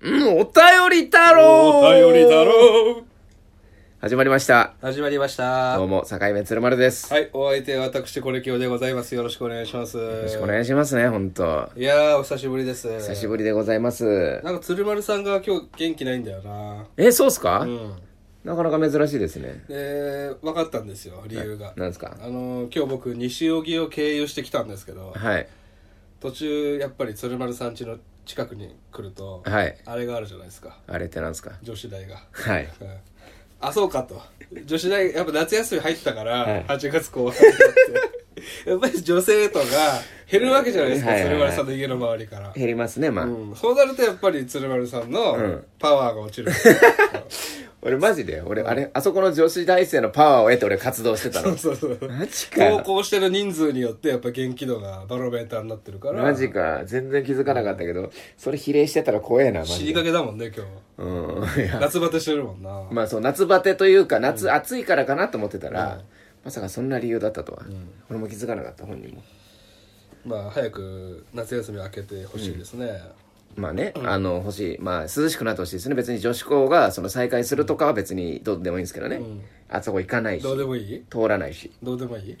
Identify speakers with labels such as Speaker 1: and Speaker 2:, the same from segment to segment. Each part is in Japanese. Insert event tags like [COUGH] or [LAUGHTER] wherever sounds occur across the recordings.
Speaker 1: うん、 [LAUGHS] お便り太郎
Speaker 2: お便りだろう
Speaker 1: 始まりました。
Speaker 2: 始まりました
Speaker 1: どう
Speaker 2: は
Speaker 1: も、境目鶴丸です。
Speaker 2: いお相手は私これ今日でございますよろしくお願いしますよ
Speaker 1: よ
Speaker 2: ろ
Speaker 1: ろしくお願いしますね、ほんと。
Speaker 2: いやーお久しぶりです
Speaker 1: 久しぶりでございます。
Speaker 2: なんか鶴丸さんが今日元気ないんだよな
Speaker 1: え、そうっすか
Speaker 2: うん
Speaker 1: なかなか珍しいですね。
Speaker 2: で分かったんですよ理由が
Speaker 1: なんですか
Speaker 2: あのー今日僕西荻を経由してきたんですけど
Speaker 1: はい。
Speaker 2: 途中やっぱり鶴丸さん家の近くに来ると
Speaker 1: はい。
Speaker 2: あれがあるじゃないですか
Speaker 1: あれってなんですか
Speaker 2: 女子大が
Speaker 1: はい。
Speaker 2: うんあそうかと女子大やっぱ夏休み入ってたから、
Speaker 1: はい
Speaker 2: 8月後半になってやっぱり女性とか減るわけじゃないですか、
Speaker 1: はいはいはい
Speaker 2: 鶴丸さんの家の周りから、
Speaker 1: 減りますね、まあ。
Speaker 2: うん、そうなるとやっぱり鶴丸さんの
Speaker 1: ん
Speaker 2: パワーが
Speaker 1: [LAUGHS]
Speaker 2: 落ちる、
Speaker 1: 俺マジで、俺、あれ、あそこの女子大生のパワーを得て俺活動してたの。
Speaker 2: そうそうそう
Speaker 1: マジか
Speaker 2: 投
Speaker 1: よ。
Speaker 2: 稿してる人数によってやっぱ元気度がバロメーターになってるから
Speaker 1: マジか。全然気づかなかったけど、それ比例してたら怖えな、マ
Speaker 2: 死
Speaker 1: ジ
Speaker 2: に
Speaker 1: で。
Speaker 2: かけだもんね今
Speaker 1: うん。いや
Speaker 2: 日夏バテしてるもんな、
Speaker 1: まあそう夏バテというか夏、暑いからかなと思ってたら、まさかそんな理由だったとは、俺も気づかなかった本人も
Speaker 2: まあ早く夏休み明けてほしいですね、
Speaker 1: まあね、あの欲しいまあ涼しくなってほしいですね別に女子校がその再開するとかは別にどうでもいいんですけどね、あそこ行かないし
Speaker 2: どうでもいい
Speaker 1: 通らないし
Speaker 2: どうでもいい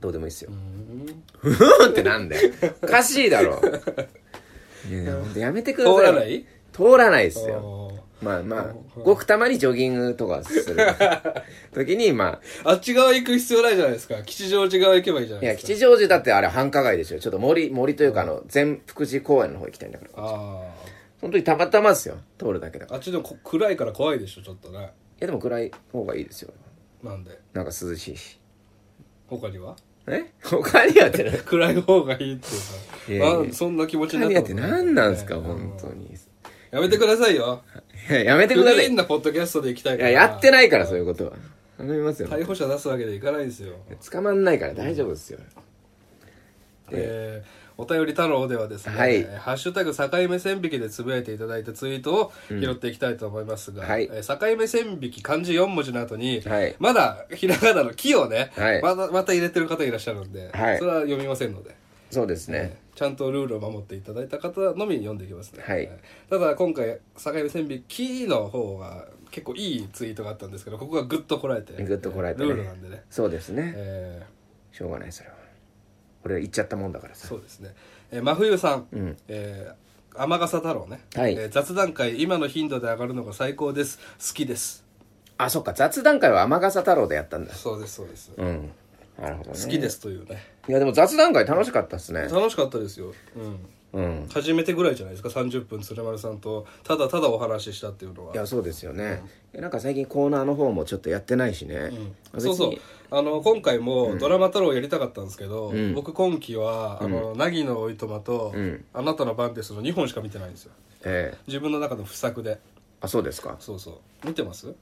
Speaker 1: どうでもいいですよ
Speaker 2: う、ん
Speaker 1: ふーんってなんだよおかしいだろいやいやほんとやめてください
Speaker 2: 通らない
Speaker 1: 通らないですよ
Speaker 2: ああ
Speaker 1: まあまあごくたまにジョギングとかす
Speaker 2: [LAUGHS]
Speaker 1: る時にまあ
Speaker 2: あっち側行く必要ないじゃないですか。吉祥寺側行けばいいじゃないい
Speaker 1: や、
Speaker 2: ですか。
Speaker 1: 吉祥寺だってあれ繁華街でしょ。ちょっと森、森というかあの、全福寺公園の方行きたいんだから。
Speaker 2: あ
Speaker 1: その時たまたまですよ。通るだけだか
Speaker 2: あ。
Speaker 1: ら。い
Speaker 2: あっちでもこ暗いから怖いでしょ、ちょっとね。
Speaker 1: や、でも暗い方がいいですよ。
Speaker 2: なんで。
Speaker 1: なんか涼しいし。
Speaker 2: 他には [LAUGHS]
Speaker 1: え他にやってない。
Speaker 2: 暗い方がいいって
Speaker 1: い
Speaker 2: いう
Speaker 1: やい
Speaker 2: か。
Speaker 1: や
Speaker 2: あそんな気持ち
Speaker 1: 他
Speaker 2: になっ
Speaker 1: に
Speaker 2: た
Speaker 1: や
Speaker 2: こ
Speaker 1: って
Speaker 2: と
Speaker 1: 何なんすか、
Speaker 2: ね
Speaker 1: 本当に。い
Speaker 2: やめてくださいよ。
Speaker 1: や、やめて
Speaker 2: ク
Speaker 1: くださ
Speaker 2: リー
Speaker 1: い。
Speaker 2: ン
Speaker 1: い
Speaker 2: なポッドキャストで行きたいか
Speaker 1: や、
Speaker 2: ら。
Speaker 1: やってないから、そういうことは。頼みますよ。
Speaker 2: 逮捕者出すわけでいかないですよ。
Speaker 1: 捕まんないから大丈夫ですよ。
Speaker 2: えーお便り太郎ではですね、
Speaker 1: はい
Speaker 2: えーハッシュタグ境目線引きでつぶやいていただいたツイートを拾っていきたいと思いますが、
Speaker 1: はい
Speaker 2: えー境目線引き漢字4文字の後に、
Speaker 1: はい
Speaker 2: まだひらがなの木をね、
Speaker 1: はい
Speaker 2: まだまた入れてる方いらっしゃるんで、
Speaker 1: はい
Speaker 2: それは読みませんので。
Speaker 1: そうですね。
Speaker 2: ちゃんとルールを守っていただいた方のみ読んでいきますね、
Speaker 1: はい
Speaker 2: ただ今回境目線引きの方が結構いいツイートがあったんですけどここがグッとこらえて
Speaker 1: グッとこらえてね
Speaker 2: ルールなんでね、
Speaker 1: そうですね。
Speaker 2: えー
Speaker 1: しょうがない、それは。俺は行っちゃったもんだからさ。
Speaker 2: [LAUGHS] そうですね、えー、真冬さん、
Speaker 1: ん
Speaker 2: えー天笠太郎ね、
Speaker 1: はい
Speaker 2: えー雑談会今の頻度で上がるのが最高です好きです
Speaker 1: あ、そっか。雑談会は天笠太郎でやったんだ。
Speaker 2: そうですそうです、
Speaker 1: うん。なるほどね。
Speaker 2: 好きですというね
Speaker 1: いやでも雑談会楽しかったっすね。
Speaker 2: 楽しかったですよ、うん、
Speaker 1: うん。
Speaker 2: 初めてぐらいじゃないですか30分鶴丸さんとただただお話ししたっていうのはい
Speaker 1: やそうですよね。いやなんか最近コーナーの方もちょっとやってないしね。別
Speaker 2: そ
Speaker 1: に
Speaker 2: うそうあの今回もドラマ太郎やりたかったんですけど、僕今期は「あの凪のおいとま」と、あなたの番」ってその2本しか見てないんですよ
Speaker 1: ええ
Speaker 2: 自分の中の不作で
Speaker 1: あそうですか。
Speaker 2: そうそう見てます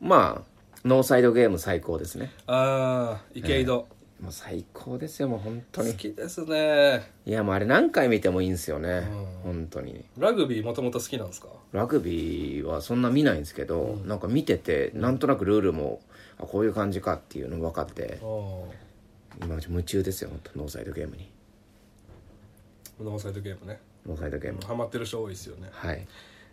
Speaker 1: まあノーサイドゲーム最高ですね。
Speaker 2: ああ池井戸、
Speaker 1: もう最高ですよもう本当に
Speaker 2: 好。きですね
Speaker 1: いやもうあれ何回見てもいいんですよね。本当に。
Speaker 2: ラグビーもともと好きなんですか
Speaker 1: ラグビーはそんな見ないんですけど、なんか見ててなんとなくルールもあこういう感じかっていうの分かって
Speaker 2: ノ
Speaker 1: 今夢中ですよ本当ノーサイドゲームに
Speaker 2: ーサイドゲームね
Speaker 1: ノーサイドゲーム。
Speaker 2: ハマってる人多いですよね、
Speaker 1: はい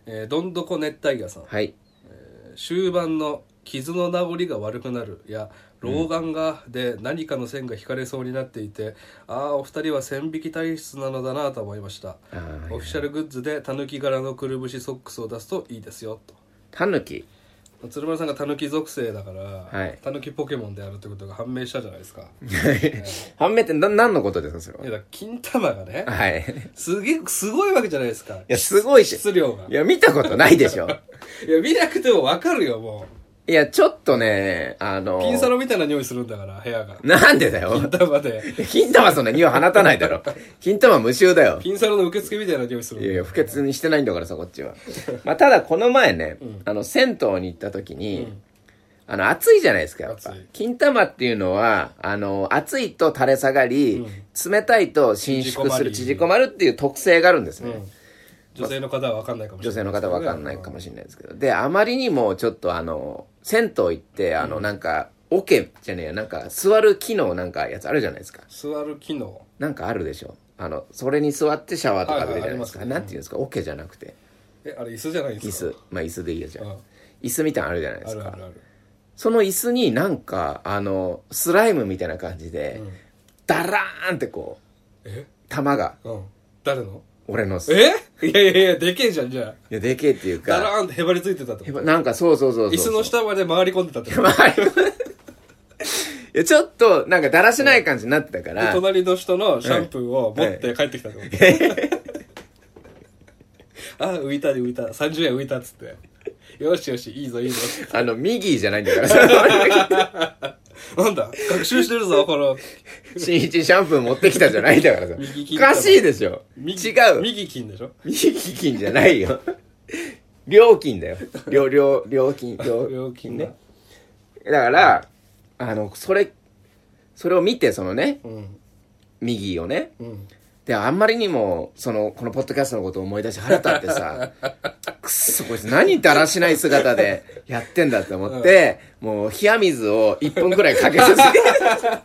Speaker 2: えーどんどこ熱帯魚さん、
Speaker 1: はい。
Speaker 2: えー終盤の傷の名残が悪くなるや老眼がで何かの線が引かれそうになっていて、ああお二人は線引き体質なのだなと思いました
Speaker 1: あー
Speaker 2: オフィシャルグッズでたぬき柄のくるぶしソックスを出すといいですよと
Speaker 1: タヌキ
Speaker 2: 鶴丸さんがたぬき属性だから
Speaker 1: はい
Speaker 2: たぬきポケモンであるってことが判明したじゃないですかい
Speaker 1: 半面ってな何のことですかそれは
Speaker 2: やだから金玉がね
Speaker 1: はい。
Speaker 2: すげえすごいわけじゃないですか
Speaker 1: いや、すごいし。
Speaker 2: 質量が
Speaker 1: いや、見たことないでしょ。
Speaker 2: いや見なくてもわかるよも
Speaker 1: いや、ちょっとね、あの
Speaker 2: うピンサロみたいな匂いするんだから部屋が
Speaker 1: なんでだよ。
Speaker 2: 玉で
Speaker 1: 金玉そんな匂い放たないだろ。金玉無臭だよ。
Speaker 2: ピンサロの受付みたいな匂いする
Speaker 1: いやいや、不潔にしてないんだからさ、こっちは。まあ、ただこの前ね、あの、銭湯に行った時に、あの、暑いじゃないですか、やっぱ
Speaker 2: 暑い。
Speaker 1: 金玉っていうのは、あの、暑いと垂れ下がり、冷たいと伸縮する、縮
Speaker 2: 縮
Speaker 1: こ
Speaker 2: こ
Speaker 1: まるっていう特性があるんですね。
Speaker 2: 女性の方はわかんないかもしれ
Speaker 1: 女
Speaker 2: ない
Speaker 1: 性の方は分かんないかもしれないですけど。で、あまりにもちょっとあの、銭湯行って、あの、なんか、オケじゃねえや、なんか、座る機能なんかやつあるじゃないですか。
Speaker 2: 座る機能
Speaker 1: なんかあるでしょ。あの、それに座ってシャワーとか浴びるじゃないですか。
Speaker 2: はいは
Speaker 1: なんていうんですか、オケじゃなくて。
Speaker 2: えあれ椅子じゃないんで
Speaker 1: 椅
Speaker 2: すか
Speaker 1: 子まあ椅子でいいやじゃ
Speaker 2: あ
Speaker 1: ん椅子みたいなのあるじゃないで
Speaker 2: あ
Speaker 1: す
Speaker 2: る
Speaker 1: か
Speaker 2: あるある
Speaker 1: その椅子になんかあのスライムみたいな感じで、
Speaker 2: うん
Speaker 1: ダラーンってこう
Speaker 2: え
Speaker 1: 玉が
Speaker 2: うん誰の
Speaker 1: 俺のすい
Speaker 2: えいやいやいやでけえじゃんじゃあ
Speaker 1: やでけえっていう
Speaker 2: ダ
Speaker 1: か
Speaker 2: ラーンってへばりついてたって
Speaker 1: へ
Speaker 2: こと
Speaker 1: ばなんかそうそうそうそう
Speaker 2: 椅子の下まで回り込んでた
Speaker 1: [LAUGHS]
Speaker 2: ってこと
Speaker 1: 回り込んで [LAUGHS] いやちょっとなんかだらしない感じになってたか
Speaker 2: で
Speaker 1: ら
Speaker 2: 隣の人のシャンプーを持って帰ってきたってことあ浮いたで浮いた30円浮いたっつってよしよしいいぞいいぞ
Speaker 1: [LAUGHS] あの右じゃないんだから [LAUGHS]
Speaker 2: なんだ学習してるぞこの
Speaker 1: 新一シャンプー持ってきたじゃないんだからさ
Speaker 2: 右利き
Speaker 1: おかしいでしょ
Speaker 2: 右
Speaker 1: 違う
Speaker 2: 右金でしょ
Speaker 1: 右利きじゃないよ料金だよ料料料金料
Speaker 2: 料金ね
Speaker 1: だからあのそれそれを見てそのね
Speaker 2: うん
Speaker 1: 右をね
Speaker 2: うん
Speaker 1: であんまりにもそのこのポッドキャストのことを思い出し腹立ってさ [LAUGHS] くっそこいつ何だらしない姿でやってんだって思って、もう冷や水を1分くらいかけさせ
Speaker 2: [LAUGHS]
Speaker 1: て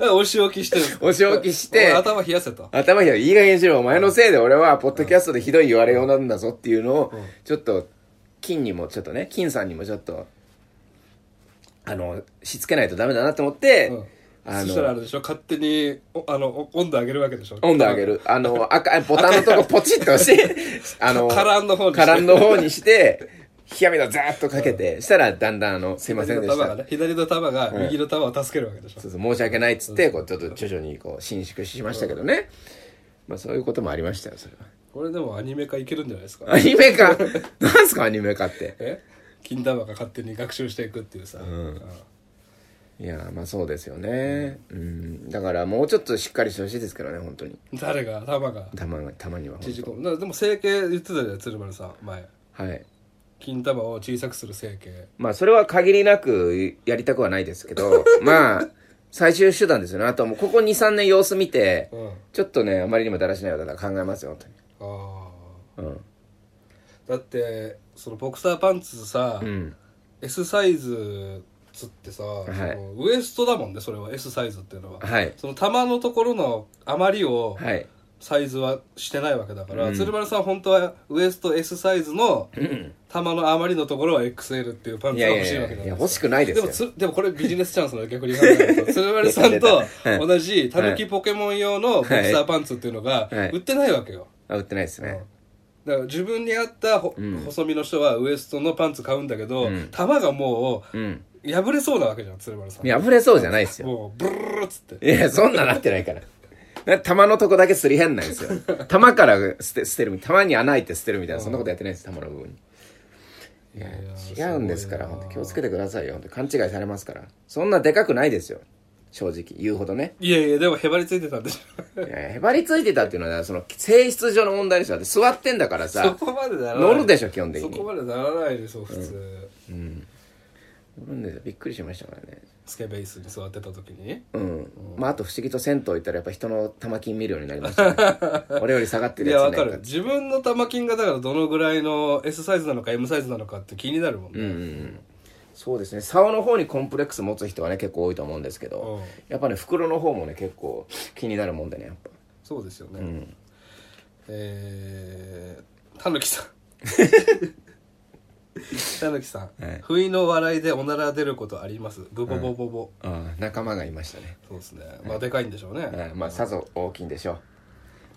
Speaker 2: あお仕置きしてる
Speaker 1: お仕置きして
Speaker 2: お前頭冷やせと
Speaker 1: 頭冷えいい加減にしろお前のせいで俺はポッドキャストでひどい言われようなんだぞっていうのをちょっと金にもちょっとね金さんにもちょっとあのしつけないとダメだなと思って、
Speaker 2: うん
Speaker 1: あ
Speaker 2: そしたらあ
Speaker 1: の
Speaker 2: れでしょ勝手におあのお温度上げるわけでしょ
Speaker 1: 温度上げるあの赤いボタンのとこポチッと押して
Speaker 2: [LAUGHS]
Speaker 1: あの
Speaker 2: カランの方にして
Speaker 1: カランの方にして冷や水をザーッとかけて、したらだんだんあのすいませんで
Speaker 2: 左
Speaker 1: し
Speaker 2: の
Speaker 1: た
Speaker 2: 玉がね左の玉が右の玉を助けるわけでしょ
Speaker 1: そうそう申し訳ないっつってこうちょっと徐々にこう伸縮しましたけどね、まあそういうこともありましたよそれは。
Speaker 2: これでもアニメ化いけるんじゃないですか
Speaker 1: アニメ
Speaker 2: [LAUGHS]
Speaker 1: 化なんすかアニメ化って。
Speaker 2: え金玉が勝手に学習していくっていうさ、うん
Speaker 1: いやーまあそうですよね。うん。だからもうちょっとしっかりしてほしいですけどね、本当に。
Speaker 2: 誰が玉が
Speaker 1: たまに、たまには本
Speaker 2: 縮こむなでも整形言ってたじゃん鶴丸さん前
Speaker 1: 当。はい。
Speaker 2: 金玉を小さくする整形
Speaker 1: まあそれは限りなくやりたくはないですけど、まあ、最終手段ですよね。あとはもうここ2、3年様子見て、
Speaker 2: うんあ
Speaker 1: ちょっとね、あまりにもだらしないようだから考えますよ、本
Speaker 2: あ
Speaker 1: 当に。
Speaker 2: だってそのボクサーパンツさ、
Speaker 1: うん。うん。
Speaker 2: S サイズつってさ、
Speaker 1: い
Speaker 2: そのウエストだもんねそれは S サイズっていうのは、
Speaker 1: はい
Speaker 2: その玉のところの余りを
Speaker 1: はい。
Speaker 2: サイズはしてないわけだから、鶴丸さん本当はウエスト S サイズの玉の余りのところは XL っていうパン
Speaker 1: い
Speaker 2: ツが
Speaker 1: やい
Speaker 2: 欲
Speaker 1: や
Speaker 2: し
Speaker 1: い
Speaker 2: いわ
Speaker 1: や
Speaker 2: け
Speaker 1: い
Speaker 2: だ
Speaker 1: や、欲しくないで
Speaker 2: ですも
Speaker 1: よ。
Speaker 2: つでもこれビジネスチャンスの逆に考え
Speaker 1: [LAUGHS]
Speaker 2: ると鶴丸さんと同じたぬきポケモン用のボクサーパンツっていうのが
Speaker 1: はい
Speaker 2: 売ってないわけよ、
Speaker 1: あ、売ってないですね。
Speaker 2: だから自分に合ったほ、細身の人はウエストのパンツ買うんだけど、玉がもう
Speaker 1: うん。
Speaker 2: 破れそうなわけじゃん鶴丸さん
Speaker 1: 破れそうじゃないですよ。
Speaker 2: もうブルルルっつって
Speaker 1: いや、そんななってないから。な玉のとこだけすり減んないんですよ。玉から捨て捨てる、玉に穴開いて捨てるみたいな、そんなことやってないです、玉の部分に。いや違うんですから、本当気をつけてくださいよ。本当勘違いされますから。そんなでかくないですよ。正直、言うほどね。
Speaker 2: いやいやでもへばりついてたんでし
Speaker 1: いやへばりついてたっていうのは、その、性質上の問題でしょ。だって座ってんだから
Speaker 2: ょそ
Speaker 1: さ、
Speaker 2: こまでならない
Speaker 1: 乗るでしょ、基本的
Speaker 2: そ
Speaker 1: に。
Speaker 2: こまでならないでしょ普通、
Speaker 1: 乗るんですよ。びっくりしましたからね。
Speaker 2: スケベイスに座ってた時に
Speaker 1: うん。まあ、あと不思議と銭湯行ったらやっぱ人の玉金見るようになりま
Speaker 2: [LAUGHS]
Speaker 1: したね。俺より下がって
Speaker 2: い
Speaker 1: る
Speaker 2: や
Speaker 1: や
Speaker 2: わ
Speaker 1: つ
Speaker 2: か
Speaker 1: ね。
Speaker 2: る自分の玉金がだからどのぐらいの S サイズなのか M サイズなのかって気になるもんね、
Speaker 1: そうですね竿の方にコンプレックス持つ人はね結構多いと思うんですけ
Speaker 2: う
Speaker 1: ど
Speaker 2: ん
Speaker 1: やっぱね袋の方もね結構気になるもんでねやっぱ
Speaker 2: そうですよね、えー、たぬきさん [LAUGHS] たぬきさん、
Speaker 1: はい
Speaker 2: 不意の笑いでおなら出ることありますブボボボボ、
Speaker 1: ああ仲間がいましたね
Speaker 2: そうですねまあでかいんでしょうね、
Speaker 1: ああまあさぞ大きいんでしょ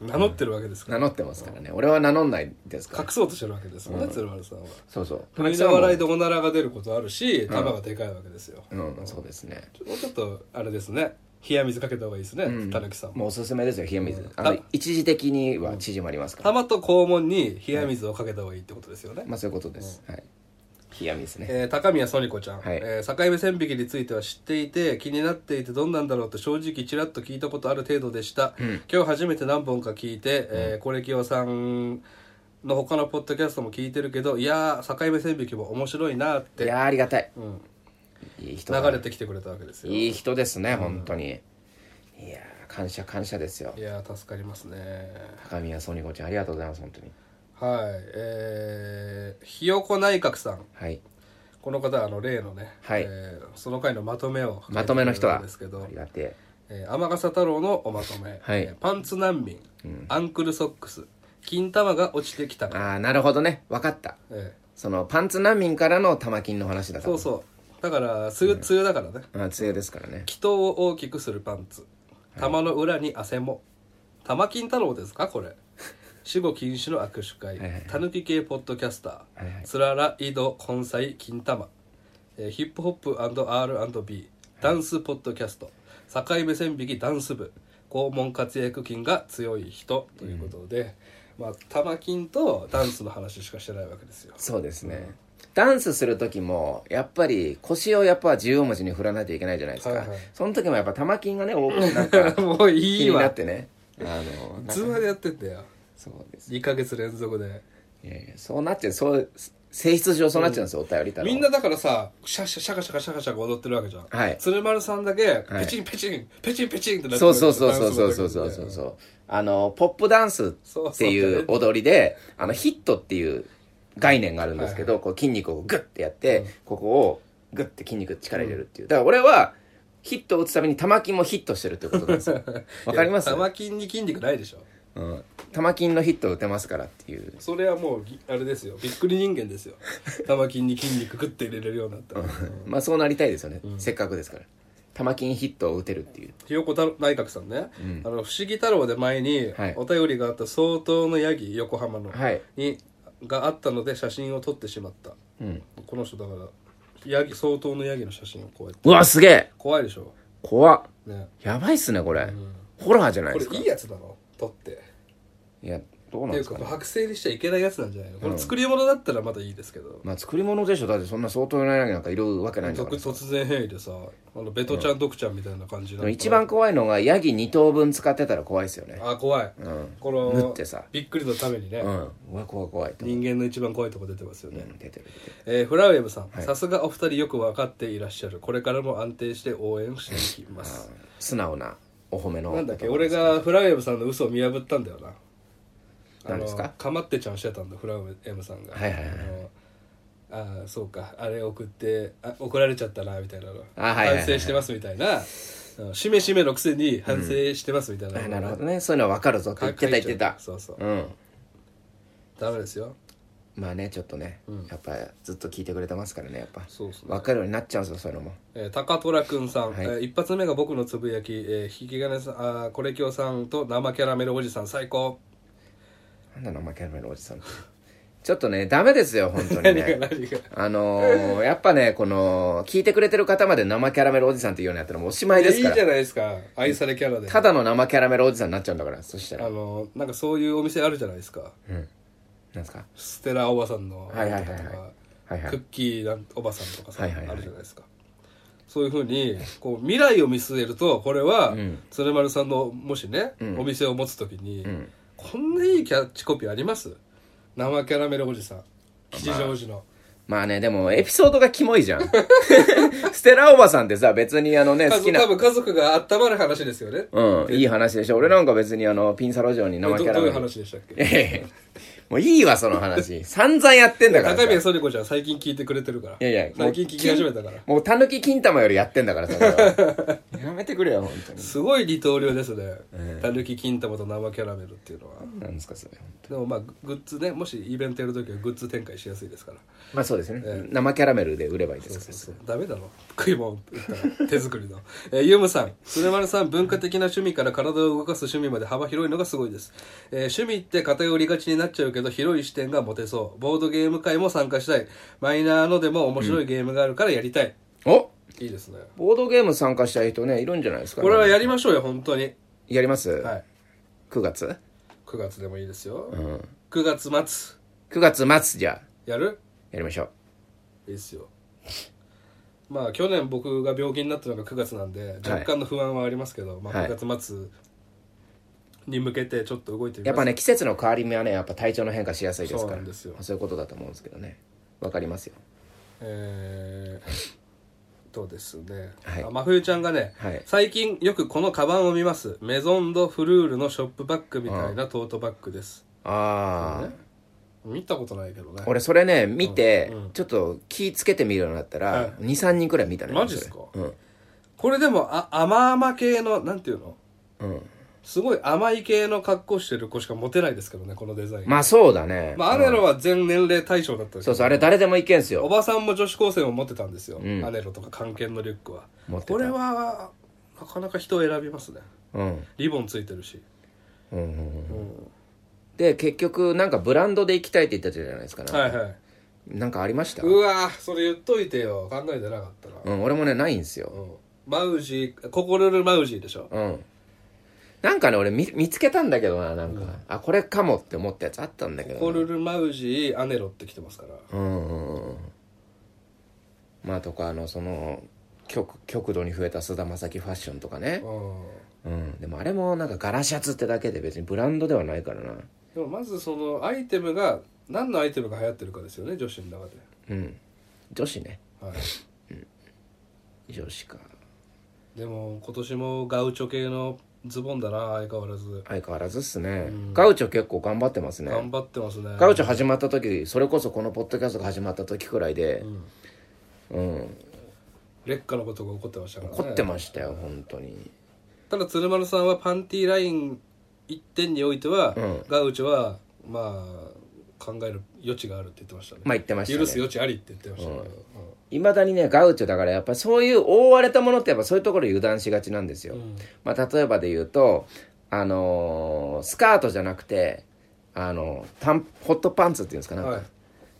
Speaker 2: 名乗ってるわけです
Speaker 1: う
Speaker 2: か
Speaker 1: 名
Speaker 2: ら
Speaker 1: 乗ってますからね俺は名乗んないですから
Speaker 2: 隠そうとしてるわけですもんね、鶴丸さんは
Speaker 1: そうそう
Speaker 2: 不意の笑いでおならが出ることあるし玉がでかいわけですよ、
Speaker 1: うんそうですね
Speaker 2: ちょもうちょっとあれですね冷や水かけた方がいいですね、たぬきさんも
Speaker 1: もうおすすめですよ冷や水あの一時的には縮まりますから
Speaker 2: 玉と肛門に冷や水をかけた方がいいってことですよね、
Speaker 1: まあそういうことですはい冷や水ね
Speaker 2: えー高宮ソニコちゃん、
Speaker 1: はい
Speaker 2: えー境目線引きについては知っていて気になっていてどんなんだろうと正直ちらっと聞いたことある程度でした、今日初めて何本か聞いて、えーコレキオさんの他のポッドキャストも聞いてるけどいやー境目線引きも面白いなーっ
Speaker 1: い
Speaker 2: て
Speaker 1: やあありがたい
Speaker 2: ん
Speaker 1: いい人だ
Speaker 2: 流れてきてくれたわけですよい
Speaker 1: いい人ですね本当にいやあ感謝感謝ですよ
Speaker 2: やー助かりますね
Speaker 1: 高宮ソニコちゃんありがとうございます本当に
Speaker 2: はいえーひよこ内閣さん
Speaker 1: はい
Speaker 2: この方はあの例のね、
Speaker 1: はい
Speaker 2: えーその回のまとめを
Speaker 1: まとめの人
Speaker 2: 書い
Speaker 1: は
Speaker 2: てくれたんですけど
Speaker 1: ありがて
Speaker 2: えー、天笠太郎のおまとめ、
Speaker 1: はい
Speaker 2: えーパンツ難民、アンクルソックス金玉が落ちてきた
Speaker 1: ああなるほどね分かった
Speaker 2: ええ
Speaker 1: そのパンツ難民からの玉金の話だから
Speaker 2: そうそうだから梅雨梅雨だからね
Speaker 1: ああ強いですからね
Speaker 2: 祈祷を大きくするパンツ玉の裏に汗も玉金太郎ですか
Speaker 1: [LAUGHS]
Speaker 2: これ死後禁止の握手会
Speaker 1: はいはい
Speaker 2: たぬき系ポッドキャスタ
Speaker 1: はいはい
Speaker 2: ーつらら井戸根菜金玉えーヒップホップ &R&B ダンスポッドキャスト境目線引きダンス部肛門活躍筋が強い人ということで、まあ玉金とダンスの話しかしてないわけです
Speaker 1: [LAUGHS]
Speaker 2: よ
Speaker 1: そうですね、ダンスする時もやっぱり腰をやっぱ縦横文字に振らないといけないじゃないですか、
Speaker 2: はいはい
Speaker 1: その時もやっぱ玉金がね
Speaker 2: [LAUGHS]
Speaker 1: 多くなんか
Speaker 2: もうい
Speaker 1: 気
Speaker 2: い
Speaker 1: にな
Speaker 2: わ
Speaker 1: ってねあの
Speaker 2: 通話でやってんだよ
Speaker 1: そうです
Speaker 2: 2ヶ月連続で
Speaker 1: いやいやそうなっちゃうそう性質上そうなっちゃうんですよ、お便りたら
Speaker 2: みんなだからさシャシャシャカシャカシャカシャカ踊ってるわけじゃん、
Speaker 1: はい
Speaker 2: 鶴丸さんだけ
Speaker 1: い
Speaker 2: ペチンペチン、ペチンペチンってなって
Speaker 1: そ
Speaker 2: る
Speaker 1: うそうそうそうそうそうそう
Speaker 2: ダ
Speaker 1: そ
Speaker 2: ン
Speaker 1: う
Speaker 2: ス
Speaker 1: そうあのポップダンスっていう踊りであのヒットっていう概念があるんですけど、こう筋肉をグッてやって、ここをグッて筋肉力入れるっていうだから俺はヒットを打つために玉筋もヒットしてるってことなん [LAUGHS] ですよわかります
Speaker 2: いや玉筋に筋肉ないでしょ
Speaker 1: うん、玉筋のヒットを打てますからっていう
Speaker 2: それはもうぎあれですよびっくり人間ですよ玉筋に筋肉グッて入れれるようになったら
Speaker 1: まあそうなりたいですよね、せっかくですから玉筋ヒットを打てるっていう
Speaker 2: ひよこ太郎内閣さんね、あの不思議太郎で前に
Speaker 1: はい
Speaker 2: お便りがあった相当のヤギ横浜の、
Speaker 1: はい
Speaker 2: にがあったので写真を撮ってしまった、この人だからヤギ相当のヤギの写真をこうやって
Speaker 1: うわすげえ
Speaker 2: 怖いでしょ
Speaker 1: 怖っ
Speaker 2: ね
Speaker 1: やばいっすねこれ、ホラーじゃない
Speaker 2: こ
Speaker 1: ですか
Speaker 2: れいいやつだろ撮ってっ
Speaker 1: いやどうなん
Speaker 2: てい
Speaker 1: で
Speaker 2: う
Speaker 1: すか
Speaker 2: か
Speaker 1: ね
Speaker 2: 剥製にしちゃいけないやつなんじゃないのこれ作り物だったらまだいいですけど、
Speaker 1: まあ作り物でしょだってそんな相当ななんかいるわけないんだか
Speaker 2: 特
Speaker 1: ら
Speaker 2: 突然変異でさあのベトちゃんドクちゃんみたいな感じ
Speaker 1: で
Speaker 2: なの
Speaker 1: も一番怖いのがヤギ2頭分使ってたら怖いですよね
Speaker 2: あ怖い、この
Speaker 1: 縫ってさ
Speaker 2: びっくりのためにね、
Speaker 1: うんうわ怖い怖いと思
Speaker 2: 人間の一番怖いとこ出てますよね、
Speaker 1: って出てる出てる
Speaker 2: えーフラウェブさん、さすがお二人よく分かっていらっしゃるこれからも安定して応援していきます
Speaker 1: 素直なお褒めの
Speaker 2: なんだっけ俺がフラウェブさんの嘘を見破ったんだよなあ
Speaker 1: 何
Speaker 2: の
Speaker 1: ですか
Speaker 2: かまってちゃんしてたんだフラウェブさんが
Speaker 1: はいはいはい
Speaker 2: あのあーそうかあれ送ってあ怒られちゃったなみたいなの
Speaker 1: あはいはいはい
Speaker 2: 反省してますみたいなうんしめしめのくせに反省してますみたいな、
Speaker 1: あなるほどねそういうのは分かるぞって言ってた言ってた
Speaker 2: そうそう
Speaker 1: うん
Speaker 2: ダメですよ
Speaker 1: まあねちょっとね、やっぱずっと聞いてくれてますからねやっぱ
Speaker 2: そうっすね
Speaker 1: 分かるようになっちゃうんですよそういうのも
Speaker 2: えー、高虎くんさん、
Speaker 1: はい
Speaker 2: えー一発目が僕のつぶやき、えー、引き金さんあーコレキオさんと生キャラメルおじさん最高
Speaker 1: なんだろうマキャラメルおじさんってちょっとねダメですよ本当
Speaker 2: [LAUGHS]
Speaker 1: に
Speaker 2: 何
Speaker 1: ね
Speaker 2: が何が
Speaker 1: あのー、やっぱねこの聞いてくれてる方まで生キャラメルおじさんっていうようになったらもうおしまい
Speaker 2: いや
Speaker 1: で
Speaker 2: いい
Speaker 1: す
Speaker 2: じ
Speaker 1: か
Speaker 2: ゃ
Speaker 1: ら
Speaker 2: ないですか愛されキャラで
Speaker 1: ただの生キャラメルおじさんになっちゃうんだからそしたら
Speaker 2: あのなんかそういうお店あるじゃないですか
Speaker 1: なんですか
Speaker 2: ステラおばさんの
Speaker 1: はいはいはいはい
Speaker 2: とか
Speaker 1: はいはい
Speaker 2: クッキーなんおばさんとかさ、
Speaker 1: はいはいはい
Speaker 2: あるじゃないですかそういうふうにこう未来を見据えるとこれは鶴丸さんのもしね、お店を持つ時に、こんないいキャッチコピーあります生キャラメルおじさん吉祥寺の、
Speaker 1: まあねでもエピソードがキモいじゃん [LAUGHS] ステラおばさんってさ別にあのね
Speaker 2: 家
Speaker 1: 好き
Speaker 2: 族
Speaker 1: な
Speaker 2: 多分家族が温まる話ですよね
Speaker 1: うんいい話でしょ俺なんか別にあのピンサロ城に
Speaker 2: ど
Speaker 1: 生
Speaker 2: ど
Speaker 1: キ
Speaker 2: う
Speaker 1: ャラ
Speaker 2: い
Speaker 1: メ
Speaker 2: う
Speaker 1: ル
Speaker 2: 話でしたっけ
Speaker 1: ええもういいわその話散々やってんだからさ
Speaker 2: 高宮そり子ちゃん最近聞いてくれてるから
Speaker 1: いやいや
Speaker 2: 最近聞き始めたから
Speaker 1: もうたぬき金玉よりやってんだからさ俺
Speaker 2: [LAUGHS]
Speaker 1: はやめてくれよ本当に
Speaker 2: すごい二刀流ですねたぬき金玉と生キャラメルっていうのは
Speaker 1: なんですかそれ
Speaker 2: でもまあググッズねもしイベントやるときはグッズ展開しやすいですから
Speaker 1: まあそうですね、生キャラメルで売ればいいですから
Speaker 2: ダメだろ食い物売ったら手作りの、 [LAUGHS] えーユームさん鶴丸さん文化的な趣味から体を動かす趣味まで幅広いのがすごいです、えー趣味って偏りがちになっちゃうけど広い視点が持てそうボードゲーム会も参加したいマイナーのでも面白いゲームがあるからやりたい、
Speaker 1: お
Speaker 2: いいですね
Speaker 1: ボードゲーム参加したい人ねいるんじゃないですか、ね、
Speaker 2: これはやりましょうよ本当に
Speaker 1: やります、
Speaker 2: はい
Speaker 1: 9月
Speaker 2: 9月でもいいですよ、9月末
Speaker 1: 9月末じゃあ
Speaker 2: やる
Speaker 1: やりましょう
Speaker 2: いいっすよまあ去年僕が病気になったのが9月なんで若干の不安はありますけど、まあ、
Speaker 1: はい
Speaker 2: 9月末に向けてちょっと動いてみます
Speaker 1: やっぱね季節の変わり目はねやっぱ体調の変化しやすいです
Speaker 2: そう
Speaker 1: か
Speaker 2: な
Speaker 1: ら
Speaker 2: んですよ
Speaker 1: まあそういうことだと思うんですけどねわかりますよ
Speaker 2: えー、とですね、
Speaker 1: はい
Speaker 2: あ真冬ちゃんがね、
Speaker 1: はい
Speaker 2: 最近よくこのカバンを見ますメゾンドフルールのショップバッグみたいなトートバッグです、
Speaker 1: ああ、
Speaker 2: 見たことないけどね
Speaker 1: 俺それね見て、ちょっと気つけてみるようになったら、
Speaker 2: はい
Speaker 1: 23人くらい見たね
Speaker 2: マジっすか
Speaker 1: それ
Speaker 2: これでもあ甘々系のなんていうの
Speaker 1: うん、うん、
Speaker 2: すごい甘い系の格好してる子しかモテないですけどねこのデザイン、ま
Speaker 1: まあそうだね。
Speaker 2: あ、アネロは全年齢対象だったんです
Speaker 1: そ
Speaker 2: け
Speaker 1: う
Speaker 2: ど
Speaker 1: そう、あれ誰でもいけんす
Speaker 2: お
Speaker 1: よ。
Speaker 2: ばさんも女子高生も持ってたんですよ、アネロとか関係のリュックは
Speaker 1: 持ってた
Speaker 2: これはなかなか人を選びますね
Speaker 1: うん。
Speaker 2: リボンついてるし
Speaker 1: うんうんうんで、結局、なんかブランドで行きたいって言ったじゃないですか、
Speaker 2: はいはい
Speaker 1: なんかありました
Speaker 2: うわーそれ言っといてよ考えてなかったな、
Speaker 1: うん、俺もね、ないんす
Speaker 2: う
Speaker 1: よ。
Speaker 2: んマウジーココルルマウジーでしょ
Speaker 1: うん。なんかね、俺見見つけたんだけどな、なんか、あ、これかもって思ったやつあったんだけ
Speaker 2: コ
Speaker 1: ど
Speaker 2: コ
Speaker 1: な、
Speaker 2: ルルマウジーアネロって来てますから
Speaker 1: うんうんうんうん。まあ、とか、あの、その、極極度に増えた菅田将暉ファッションとかね
Speaker 2: う。ん
Speaker 1: うん。でもあれもなんか柄シャツってだけで別にブランドではないからな。
Speaker 2: でもまずそのアイテムが何のアイテムが流行ってるかですよね女子の中で
Speaker 1: うん。女子ね。
Speaker 2: はい
Speaker 1: 女子か。
Speaker 2: でも今年もガウチョ系のズボンだな相変わらず
Speaker 1: 相変わらずっすね、ガウチョ結構頑張ってますね
Speaker 2: 頑張ってますね
Speaker 1: ガウチョ始まった時それこそこのポッドキャストが始まった時くらいでうん、
Speaker 2: 劣化のことが起こってましたからね
Speaker 1: 怒ってましたよ本当に
Speaker 2: ただ鶴丸さんはパンティーライン一点においては、ガウチョはまあ考える余地があるって言ってましたね
Speaker 1: まあ言ってましたね
Speaker 2: 許す余地ありって言ってましたけど、う
Speaker 1: いまだにねガウチョだからやっぱりそういう覆われたものってやっぱそういうところ油断しがちなんですよ、まあ、例えばで言うとあのースカートじゃなくてあの短ホットパンツっていうんですかなん
Speaker 2: ん
Speaker 1: か、
Speaker 2: はい、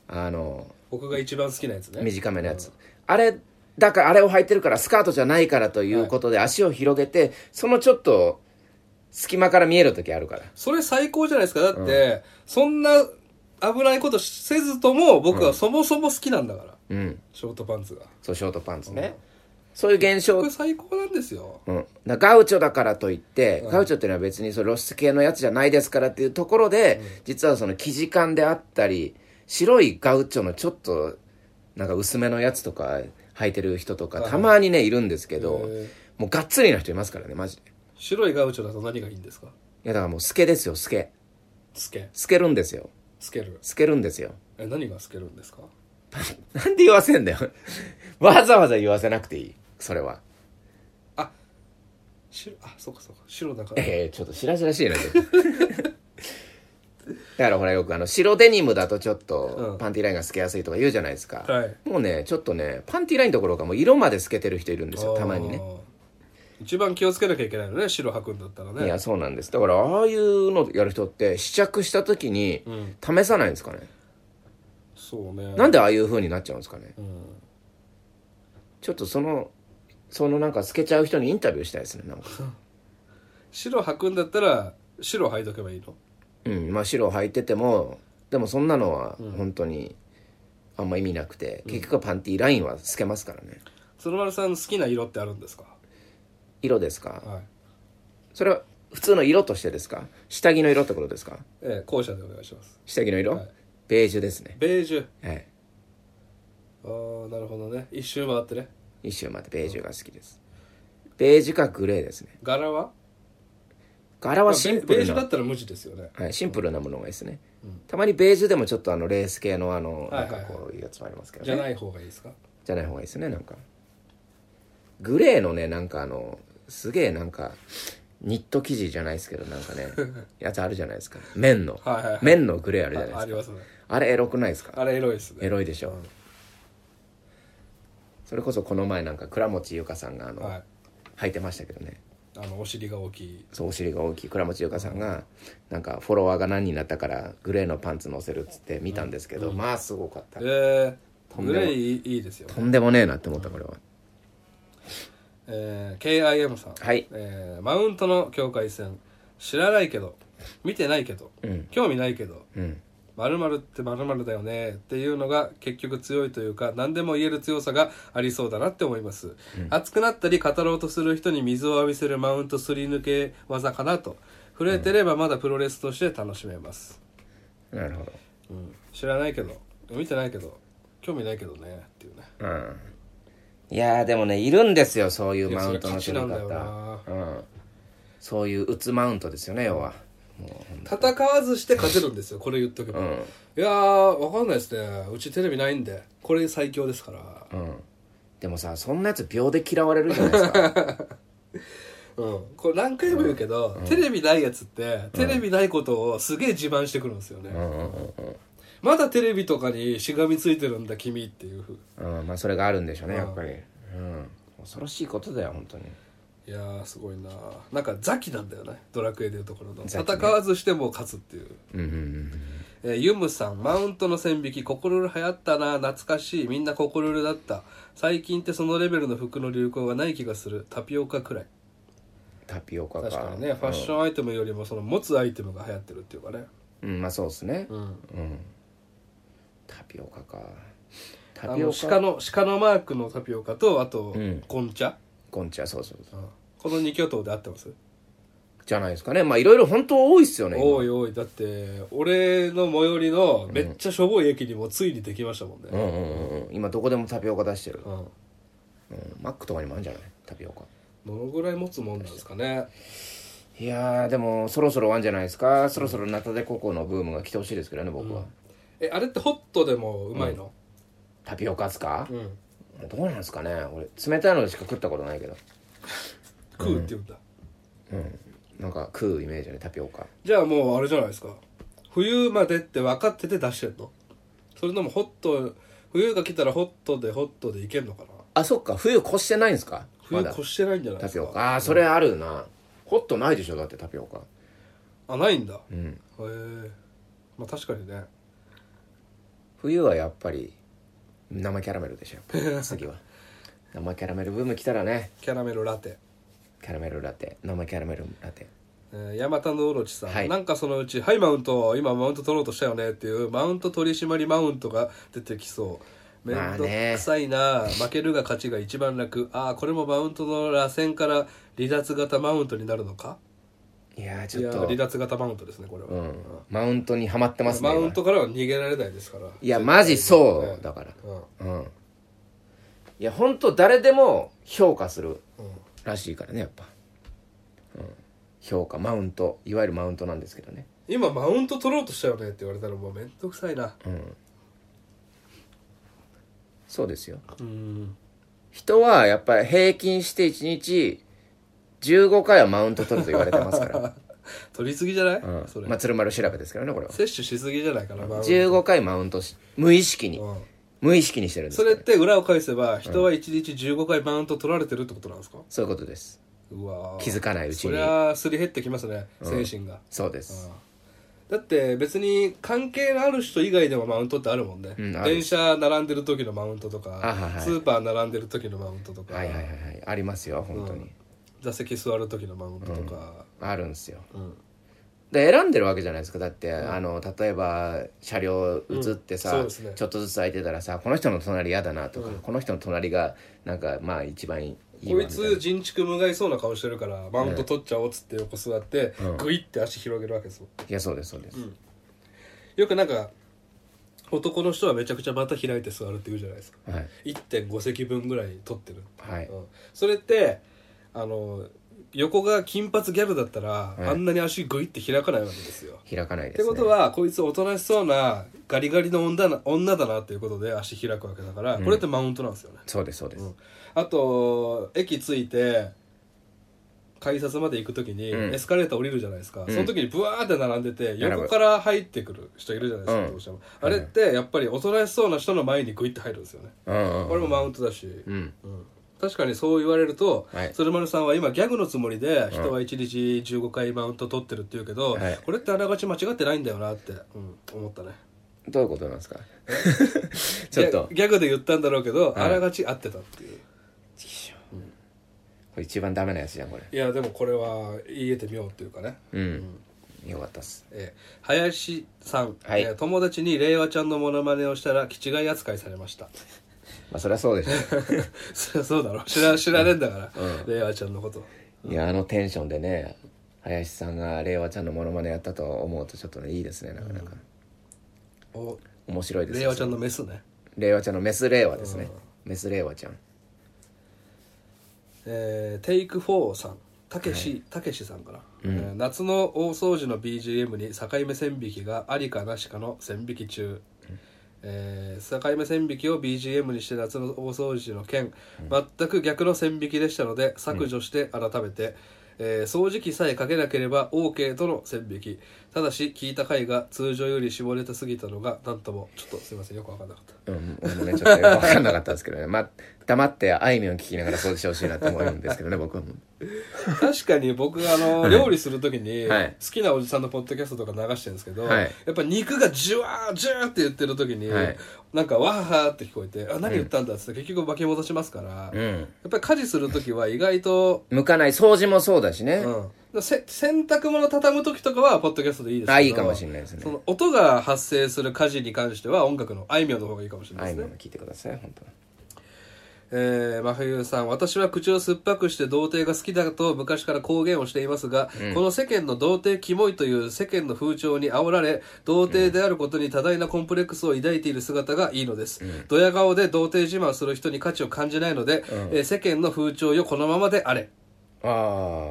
Speaker 1: あのー
Speaker 2: 僕が一番好きなやつね
Speaker 1: 短めのやつ、あれだからあれを履いてるからスカートじゃないからということで足を広げて、そのちょっと隙間から見える時あるから
Speaker 2: それ最高じゃないですかだって、そんな危ないことせずとも僕はそもそも好きなんだから、
Speaker 1: うん
Speaker 2: ショートパンツが
Speaker 1: そうショートパンツね、そういう現象
Speaker 2: これ最高なんですよ
Speaker 1: うん、だからガウチョだからといって、ガウチョっていうのは別にその露出系のやつじゃないですからっていうところで、実はその生地感であったり白いガウチョのちょっとなんか薄めのやつとか履いてる人とかたまにねいるんですけど、もうがっつりな人いますからねマジでい
Speaker 2: 白いガウチョだと何がいいんですか
Speaker 1: やだからもう透けですよ透け
Speaker 2: つけ
Speaker 1: 透けるんですよ
Speaker 2: つける
Speaker 1: 透けるんですよ
Speaker 2: え何がつけるんですか
Speaker 1: なんで言わせんだよ [LAUGHS] わざわざ言わせなくていいそれは
Speaker 2: 白あそうかそうか白だから
Speaker 1: ええちょっとしらしらしいなちょっと [LAUGHS] だからほらよくあの白デニムだとちょっ
Speaker 2: う
Speaker 1: と
Speaker 2: ん
Speaker 1: パンティーラインが透けやすいとか言うじゃないですか、
Speaker 2: はい
Speaker 1: もうねちょっとねパンティーラインどころかもう色まで透けてる人いるんですよたまにね
Speaker 2: あー一番気をつけなきゃいけないのね白履くんだったら
Speaker 1: い
Speaker 2: ね
Speaker 1: やそうなんですだからああいうのやる人って試着した時に試さないんですかね、
Speaker 2: そうね
Speaker 1: なんでああいう風になっちゃうんですかね
Speaker 2: うん
Speaker 1: ちょっとそのそのなんか透けちゃう人にインタビューしたいですねなんか
Speaker 2: 白履くんだったら白履いとけばいいの
Speaker 1: うん、まあ白を履いててもでもそんなのは本当にあんま意味なくて、結局はパンティーラインは透けますからね
Speaker 2: 鶴丸さん好きな色ってあるんですか
Speaker 1: 色ですか
Speaker 2: はい
Speaker 1: それは普通の色としてですか下着の色ってことですか
Speaker 2: ええ校舎でお願いします
Speaker 1: 下着の色、
Speaker 2: はい
Speaker 1: ベージュですね
Speaker 2: ベージュ
Speaker 1: はい
Speaker 2: ああなるほどね一周回ってね
Speaker 1: 一周までベージュが好きですベージュかグレーですね
Speaker 2: 柄は
Speaker 1: 柄はシンプ
Speaker 2: ベー
Speaker 1: ル
Speaker 2: ジュ
Speaker 1: な、
Speaker 2: だったら無地ですよね
Speaker 1: はい、シンプルなものがいいですね、たまにベージュでもちょっとあのレース系のあの
Speaker 2: は
Speaker 1: ないん
Speaker 2: は
Speaker 1: か
Speaker 2: いはい
Speaker 1: こういうやつもありますけどね、
Speaker 2: じゃない方がいいですか
Speaker 1: じゃない方がいいですねなんかグレーのねなんかあのすげえなんかニット生地じゃないですけどなんかね
Speaker 2: [LAUGHS]
Speaker 1: やつあるじゃないですか綿の、
Speaker 2: はいはいはい
Speaker 1: 綿のグレーあるじゃない
Speaker 2: ああ
Speaker 1: で
Speaker 2: り
Speaker 1: すか
Speaker 2: ますね
Speaker 1: あれエロくないですか
Speaker 2: あれエロいですね
Speaker 1: エロいでしょ、それこそこの前なんか倉持優香さんがあの、
Speaker 2: はい
Speaker 1: 履いてましたけどね
Speaker 2: あのお尻が大きい
Speaker 1: そうお尻が大きい倉持優香さんがなんかフォロワーが何人になったからグレーのパンツ乗せるっつって見たんですけど、まあすごかった、
Speaker 2: ええ
Speaker 1: とんで
Speaker 2: グ
Speaker 1: も
Speaker 2: レーいいいいですよ
Speaker 1: とんでもねえなって思ったこれは
Speaker 2: えー KIM さん、
Speaker 1: はい
Speaker 2: えーマウントの境界線知らないけど見てないけど、興味ないけど
Speaker 1: うん
Speaker 2: 〇〇って〇〇だよねっていうのが結局強いというか何でも言える強さがありそうだなって思います、熱くなったり語ろうとする人に水を浴びせるマウントすり抜け技かなと触れてればまだプロレスとして楽しめます、
Speaker 1: なるほど
Speaker 2: うん知らないけど見てないけど興味ないけどねっていうね
Speaker 1: うんいやーでもねいるんですよそういうマウントの
Speaker 2: いやそれ価
Speaker 1: 取
Speaker 2: 値な
Speaker 1: り
Speaker 2: んだ
Speaker 1: 方
Speaker 2: よな
Speaker 1: うん、そういう打つマウントですよね要はも
Speaker 2: 戦わずして勝てるんですよこれ言っとけば、
Speaker 1: ん
Speaker 2: いやーわかんないですねうちテレビないんでこれ最強ですから [LAUGHS]
Speaker 1: う、うん、でもさそんなやつ秒で嫌われるじゃないですか
Speaker 2: ううん、これ何回も言うけど、テレビないやつってテレビないことをすげえ自慢してくるんですよね、
Speaker 1: うんうんうん
Speaker 2: まだテレビとかにしがみついてるんだ君っていうふ
Speaker 1: う
Speaker 2: う
Speaker 1: ん、うん、まあそれがあるんでしょうねやっぱり、うん、恐ろしいことだよ本当に
Speaker 2: いやーすごいななんかザキなんだよねドラクエでいうところの、
Speaker 1: ザキね
Speaker 2: 戦わずしても勝つっていう
Speaker 1: うんうんうん
Speaker 2: えーユムさん、マウントの線引き、ココルル流行ったな、懐かしい、みんなココルルだった。最近ってそのレベルの服の流行がない気がする。タピオカくらい。
Speaker 1: タピオカか
Speaker 2: 確かにね、ファッションアイテムよりもその持つアイテムが流行ってるっていうかね。
Speaker 1: うんまあそうですね
Speaker 2: う
Speaker 1: うん、
Speaker 2: ん。
Speaker 1: タピオカか
Speaker 2: あ
Speaker 1: タピオ
Speaker 2: の、
Speaker 1: カ
Speaker 2: 鹿の、鹿のマークのタピオカと、あと
Speaker 1: うん、
Speaker 2: 紅茶、
Speaker 1: こんちはそうそうそう
Speaker 2: うんこの二巨頭で合ってます
Speaker 1: じゃないですかねまあいろいろ本当多いっすよね今
Speaker 2: おいおい、だって、俺の最寄りのめっちゃしょぼい駅にもついにできましたもんね。
Speaker 1: うんうんうんうん今どこでもタピオカ出してる、
Speaker 2: う
Speaker 1: う
Speaker 2: ん。
Speaker 1: ん、マックとかにもあるんじゃないタピオカ
Speaker 2: どのぐらい持つもんなんですかね。
Speaker 1: いやーでもそろそろ終わんじゃないですかそろそろナタデココのブームが来てほしいですけどね僕は、
Speaker 2: え、あれってホットでもうまいの、
Speaker 1: タピオカっすか、
Speaker 2: うん
Speaker 1: どうなんですかね俺冷たいのしか食ったことないけど
Speaker 2: 食うって言うんだ、
Speaker 1: うんなんか食うイメージねタピオカ
Speaker 2: じゃあもうあれじゃないですか冬までって分かってて出してんのそれともホット冬が来たらホットでホットでいけんのかな
Speaker 1: あそっか冬越してないんですか
Speaker 2: 冬
Speaker 1: まだ
Speaker 2: 越してないんじゃないで
Speaker 1: タ
Speaker 2: す
Speaker 1: ピ
Speaker 2: か
Speaker 1: オカああそれあるな、ホットないでしょだってタピオカ
Speaker 2: あないんだへ
Speaker 1: うん
Speaker 2: えまあ確かにね
Speaker 1: 冬はやっぱり生キャラメルでし [LAUGHS] ょ次は生キャラメルブーム来たらね
Speaker 2: キャラメルラテ
Speaker 1: キャラメルラテ生キャラメルラテ
Speaker 2: えーヤマタノオロチさん、
Speaker 1: はい
Speaker 2: なんかそのうち「はいマウント今マウント取ろうとしたよね」っていうマウント取締りマウントが出てきそう面
Speaker 1: まあ
Speaker 2: 倒
Speaker 1: ね
Speaker 2: くさいな、負けるが勝ちが一番楽ああこれもマウントの螺旋から離脱型マウントになるのか
Speaker 1: いやーち
Speaker 2: い
Speaker 1: ょ
Speaker 2: や
Speaker 1: っ
Speaker 2: ー離
Speaker 1: と
Speaker 2: 脱型マウントですねこれは、
Speaker 1: うんマウントにはまってますね
Speaker 2: マ
Speaker 1: 今
Speaker 2: ウントからは逃げられないですから
Speaker 1: いやマジそうだから
Speaker 2: うん、うん、
Speaker 1: うんいや本当誰でも評価するらしいからねやっぱ、うん評価マウントいわゆるマウントなんですけどね
Speaker 2: 今マウント取ろうとしたよねって言われたらもう面倒くさいな
Speaker 1: うんそうですよ
Speaker 2: うん
Speaker 1: 人はやっぱり平均して1日15回はマウント取ると言われてます [LAUGHS] から、
Speaker 2: [LAUGHS] 取りすぎじゃない、
Speaker 1: うん
Speaker 2: それ、
Speaker 1: まあ鶴丸調べですけどねこれは
Speaker 2: 摂取しすぎじゃないかなマウント
Speaker 1: 15回マウントし無意識に
Speaker 2: うん
Speaker 1: 無意識にしてるんです
Speaker 2: そ
Speaker 1: か
Speaker 2: れ
Speaker 1: ら
Speaker 2: って裏を返せば人は1日15回マウント取られてるってことなんですか
Speaker 1: そういうことです
Speaker 2: うわー
Speaker 1: 気づかないうち
Speaker 2: そ
Speaker 1: に
Speaker 2: りゃあすり減ってきますね精神が、
Speaker 1: そうです
Speaker 2: だって別に関係のある人以外でもマウントってあるもんね、
Speaker 1: うんある
Speaker 2: 電車並んでる時のマウントとか、
Speaker 1: あはいはい
Speaker 2: スーパー並んでる時のマウントとか、
Speaker 1: はいはいはいはいありますよ本当に、
Speaker 2: 座席座る時のマウントとか、
Speaker 1: あるんですよ
Speaker 2: うん
Speaker 1: で選んでるわけじゃないですかだって、あの例えば車両移ってさ、
Speaker 2: うんそうですね
Speaker 1: ちょっとずつ空いてたらさこの人の隣嫌だなとか、この人の隣がなんかまあ一番いい
Speaker 2: こ
Speaker 1: わ
Speaker 2: い
Speaker 1: みたい
Speaker 2: つ人畜無害そうな顔してるからマウント取っちゃおうっつって横座って、
Speaker 1: うん
Speaker 2: グイって足広げるわけですよ
Speaker 1: ないやそうですそうです、
Speaker 2: よくなんか男の人はめちゃくちゃ股開いて座るって言うじゃないですか
Speaker 1: はい
Speaker 2: 1.5席分ぐらい取ってる、
Speaker 1: はい
Speaker 2: うんそれってあの横が金髪ギャルだったら、
Speaker 1: い
Speaker 2: あんなに足グイって開かないわけですよ
Speaker 1: 開かない
Speaker 2: っ
Speaker 1: です、
Speaker 2: て
Speaker 1: ね、
Speaker 2: ことはこいつおとなしそうなガリガリの女な女だなっていうことで足開くわけだから、これってマウントなんですよね、
Speaker 1: そうですそうです、
Speaker 2: うんあと駅着いて改札まで行く時に
Speaker 1: うん
Speaker 2: エスカレーター降りるじゃないですか、その時にブワーって並んでて
Speaker 1: 並ぶ
Speaker 2: 横から入ってくる人いるじゃないですか、
Speaker 1: うん
Speaker 2: どうしてもあれってやっぱりおとなしそうな人の前にグイって入るんですよね、
Speaker 1: うんうん
Speaker 2: これもマウントだし、
Speaker 1: うん
Speaker 2: うん確かにそう言われると、
Speaker 1: はい
Speaker 2: 鶴丸さんは今ギャグのつもりで人は1日15回マウント取ってるって言うけど、
Speaker 1: はい
Speaker 2: これってあながち間違ってないんだよなって、うん思ったね
Speaker 1: どういうことなんですか [LAUGHS] ちょっと
Speaker 2: ギャギャグで言ったんだろうけど、
Speaker 1: はい
Speaker 2: あながち合ってたっていう
Speaker 1: これ一番ダメなやつじゃんこれ
Speaker 2: いやでもこれは言えてみようっていうかね
Speaker 1: うん、よかったっす
Speaker 2: えー林さん、
Speaker 1: はい
Speaker 2: えー友達に令和ちゃんのモノマネをしたら気違い扱いされました [LAUGHS]
Speaker 1: まあそりゃそうでしょ
Speaker 2: そりゃそうだろ知ら知らねえんだから、
Speaker 1: う
Speaker 2: 令和ちゃんのこと
Speaker 1: いやあのテンションでね林さんが令和ちゃんのモノマネやったと思うとちょっとねいいですねなかなか、
Speaker 2: お
Speaker 1: 面白いです
Speaker 2: 令和ちゃんのメスね
Speaker 1: 令和ちゃんのメス令和ですね、メス令和ちゃん
Speaker 2: えーテイク4さんたけし、たけしさんかな、えー夏の大掃除の BGM に境目線引きがありかなしかの線引き中、えー境目線引きを BGM にして夏の大掃除の件、全く逆の線引きでしたので削除して改めて、えー掃除機さえかけなければ OK との線引きただし聞いた回が通常より絞れたすぎたのがなんともちょっとすいませんよく分かんなかった
Speaker 1: うん、俺もね、ちょっと分かんなかったんですけど
Speaker 2: [LAUGHS]
Speaker 1: ね。まあ、黙ってあいみょん聞きながら掃除してほしいなって思うんですけどね、僕はもう。
Speaker 2: 確かに僕あの料理するときに
Speaker 1: はい
Speaker 2: 好きなおじさんのポッドキャストとか流してるんですけど、
Speaker 1: はい
Speaker 2: やっぱ肉がジュワージューって言ってるときに、
Speaker 1: はい
Speaker 2: なんかわーはーって聞こえてあ何言ったんだっつって結局巻き戻しますから、
Speaker 1: う
Speaker 2: や
Speaker 1: ん。
Speaker 2: っぱり家事するときは意外と、
Speaker 1: 向かない、掃除もそうだしね。
Speaker 2: うん、せ洗濯物畳むときとかはポッドキャストでいいですけど
Speaker 1: あいいかもしれないですね
Speaker 2: その音が発生する家事に関しては音楽のあいみょんの方がいいかもしれな
Speaker 1: あ
Speaker 2: いで
Speaker 1: い
Speaker 2: す
Speaker 1: み
Speaker 2: ね
Speaker 1: ょんも聞いてください、本当
Speaker 2: えー、真冬さん、私は口を酸っぱくして童貞が好きだと昔から公言をしていますが、この世間の童貞キモいという世間の風潮に煽られ、童貞であることに多大なコンプレックスを抱いている姿がいいのです。ドヤ顔で童貞自慢する人に価値を感じないので、えー世間の風潮よこのままであれ。
Speaker 1: あ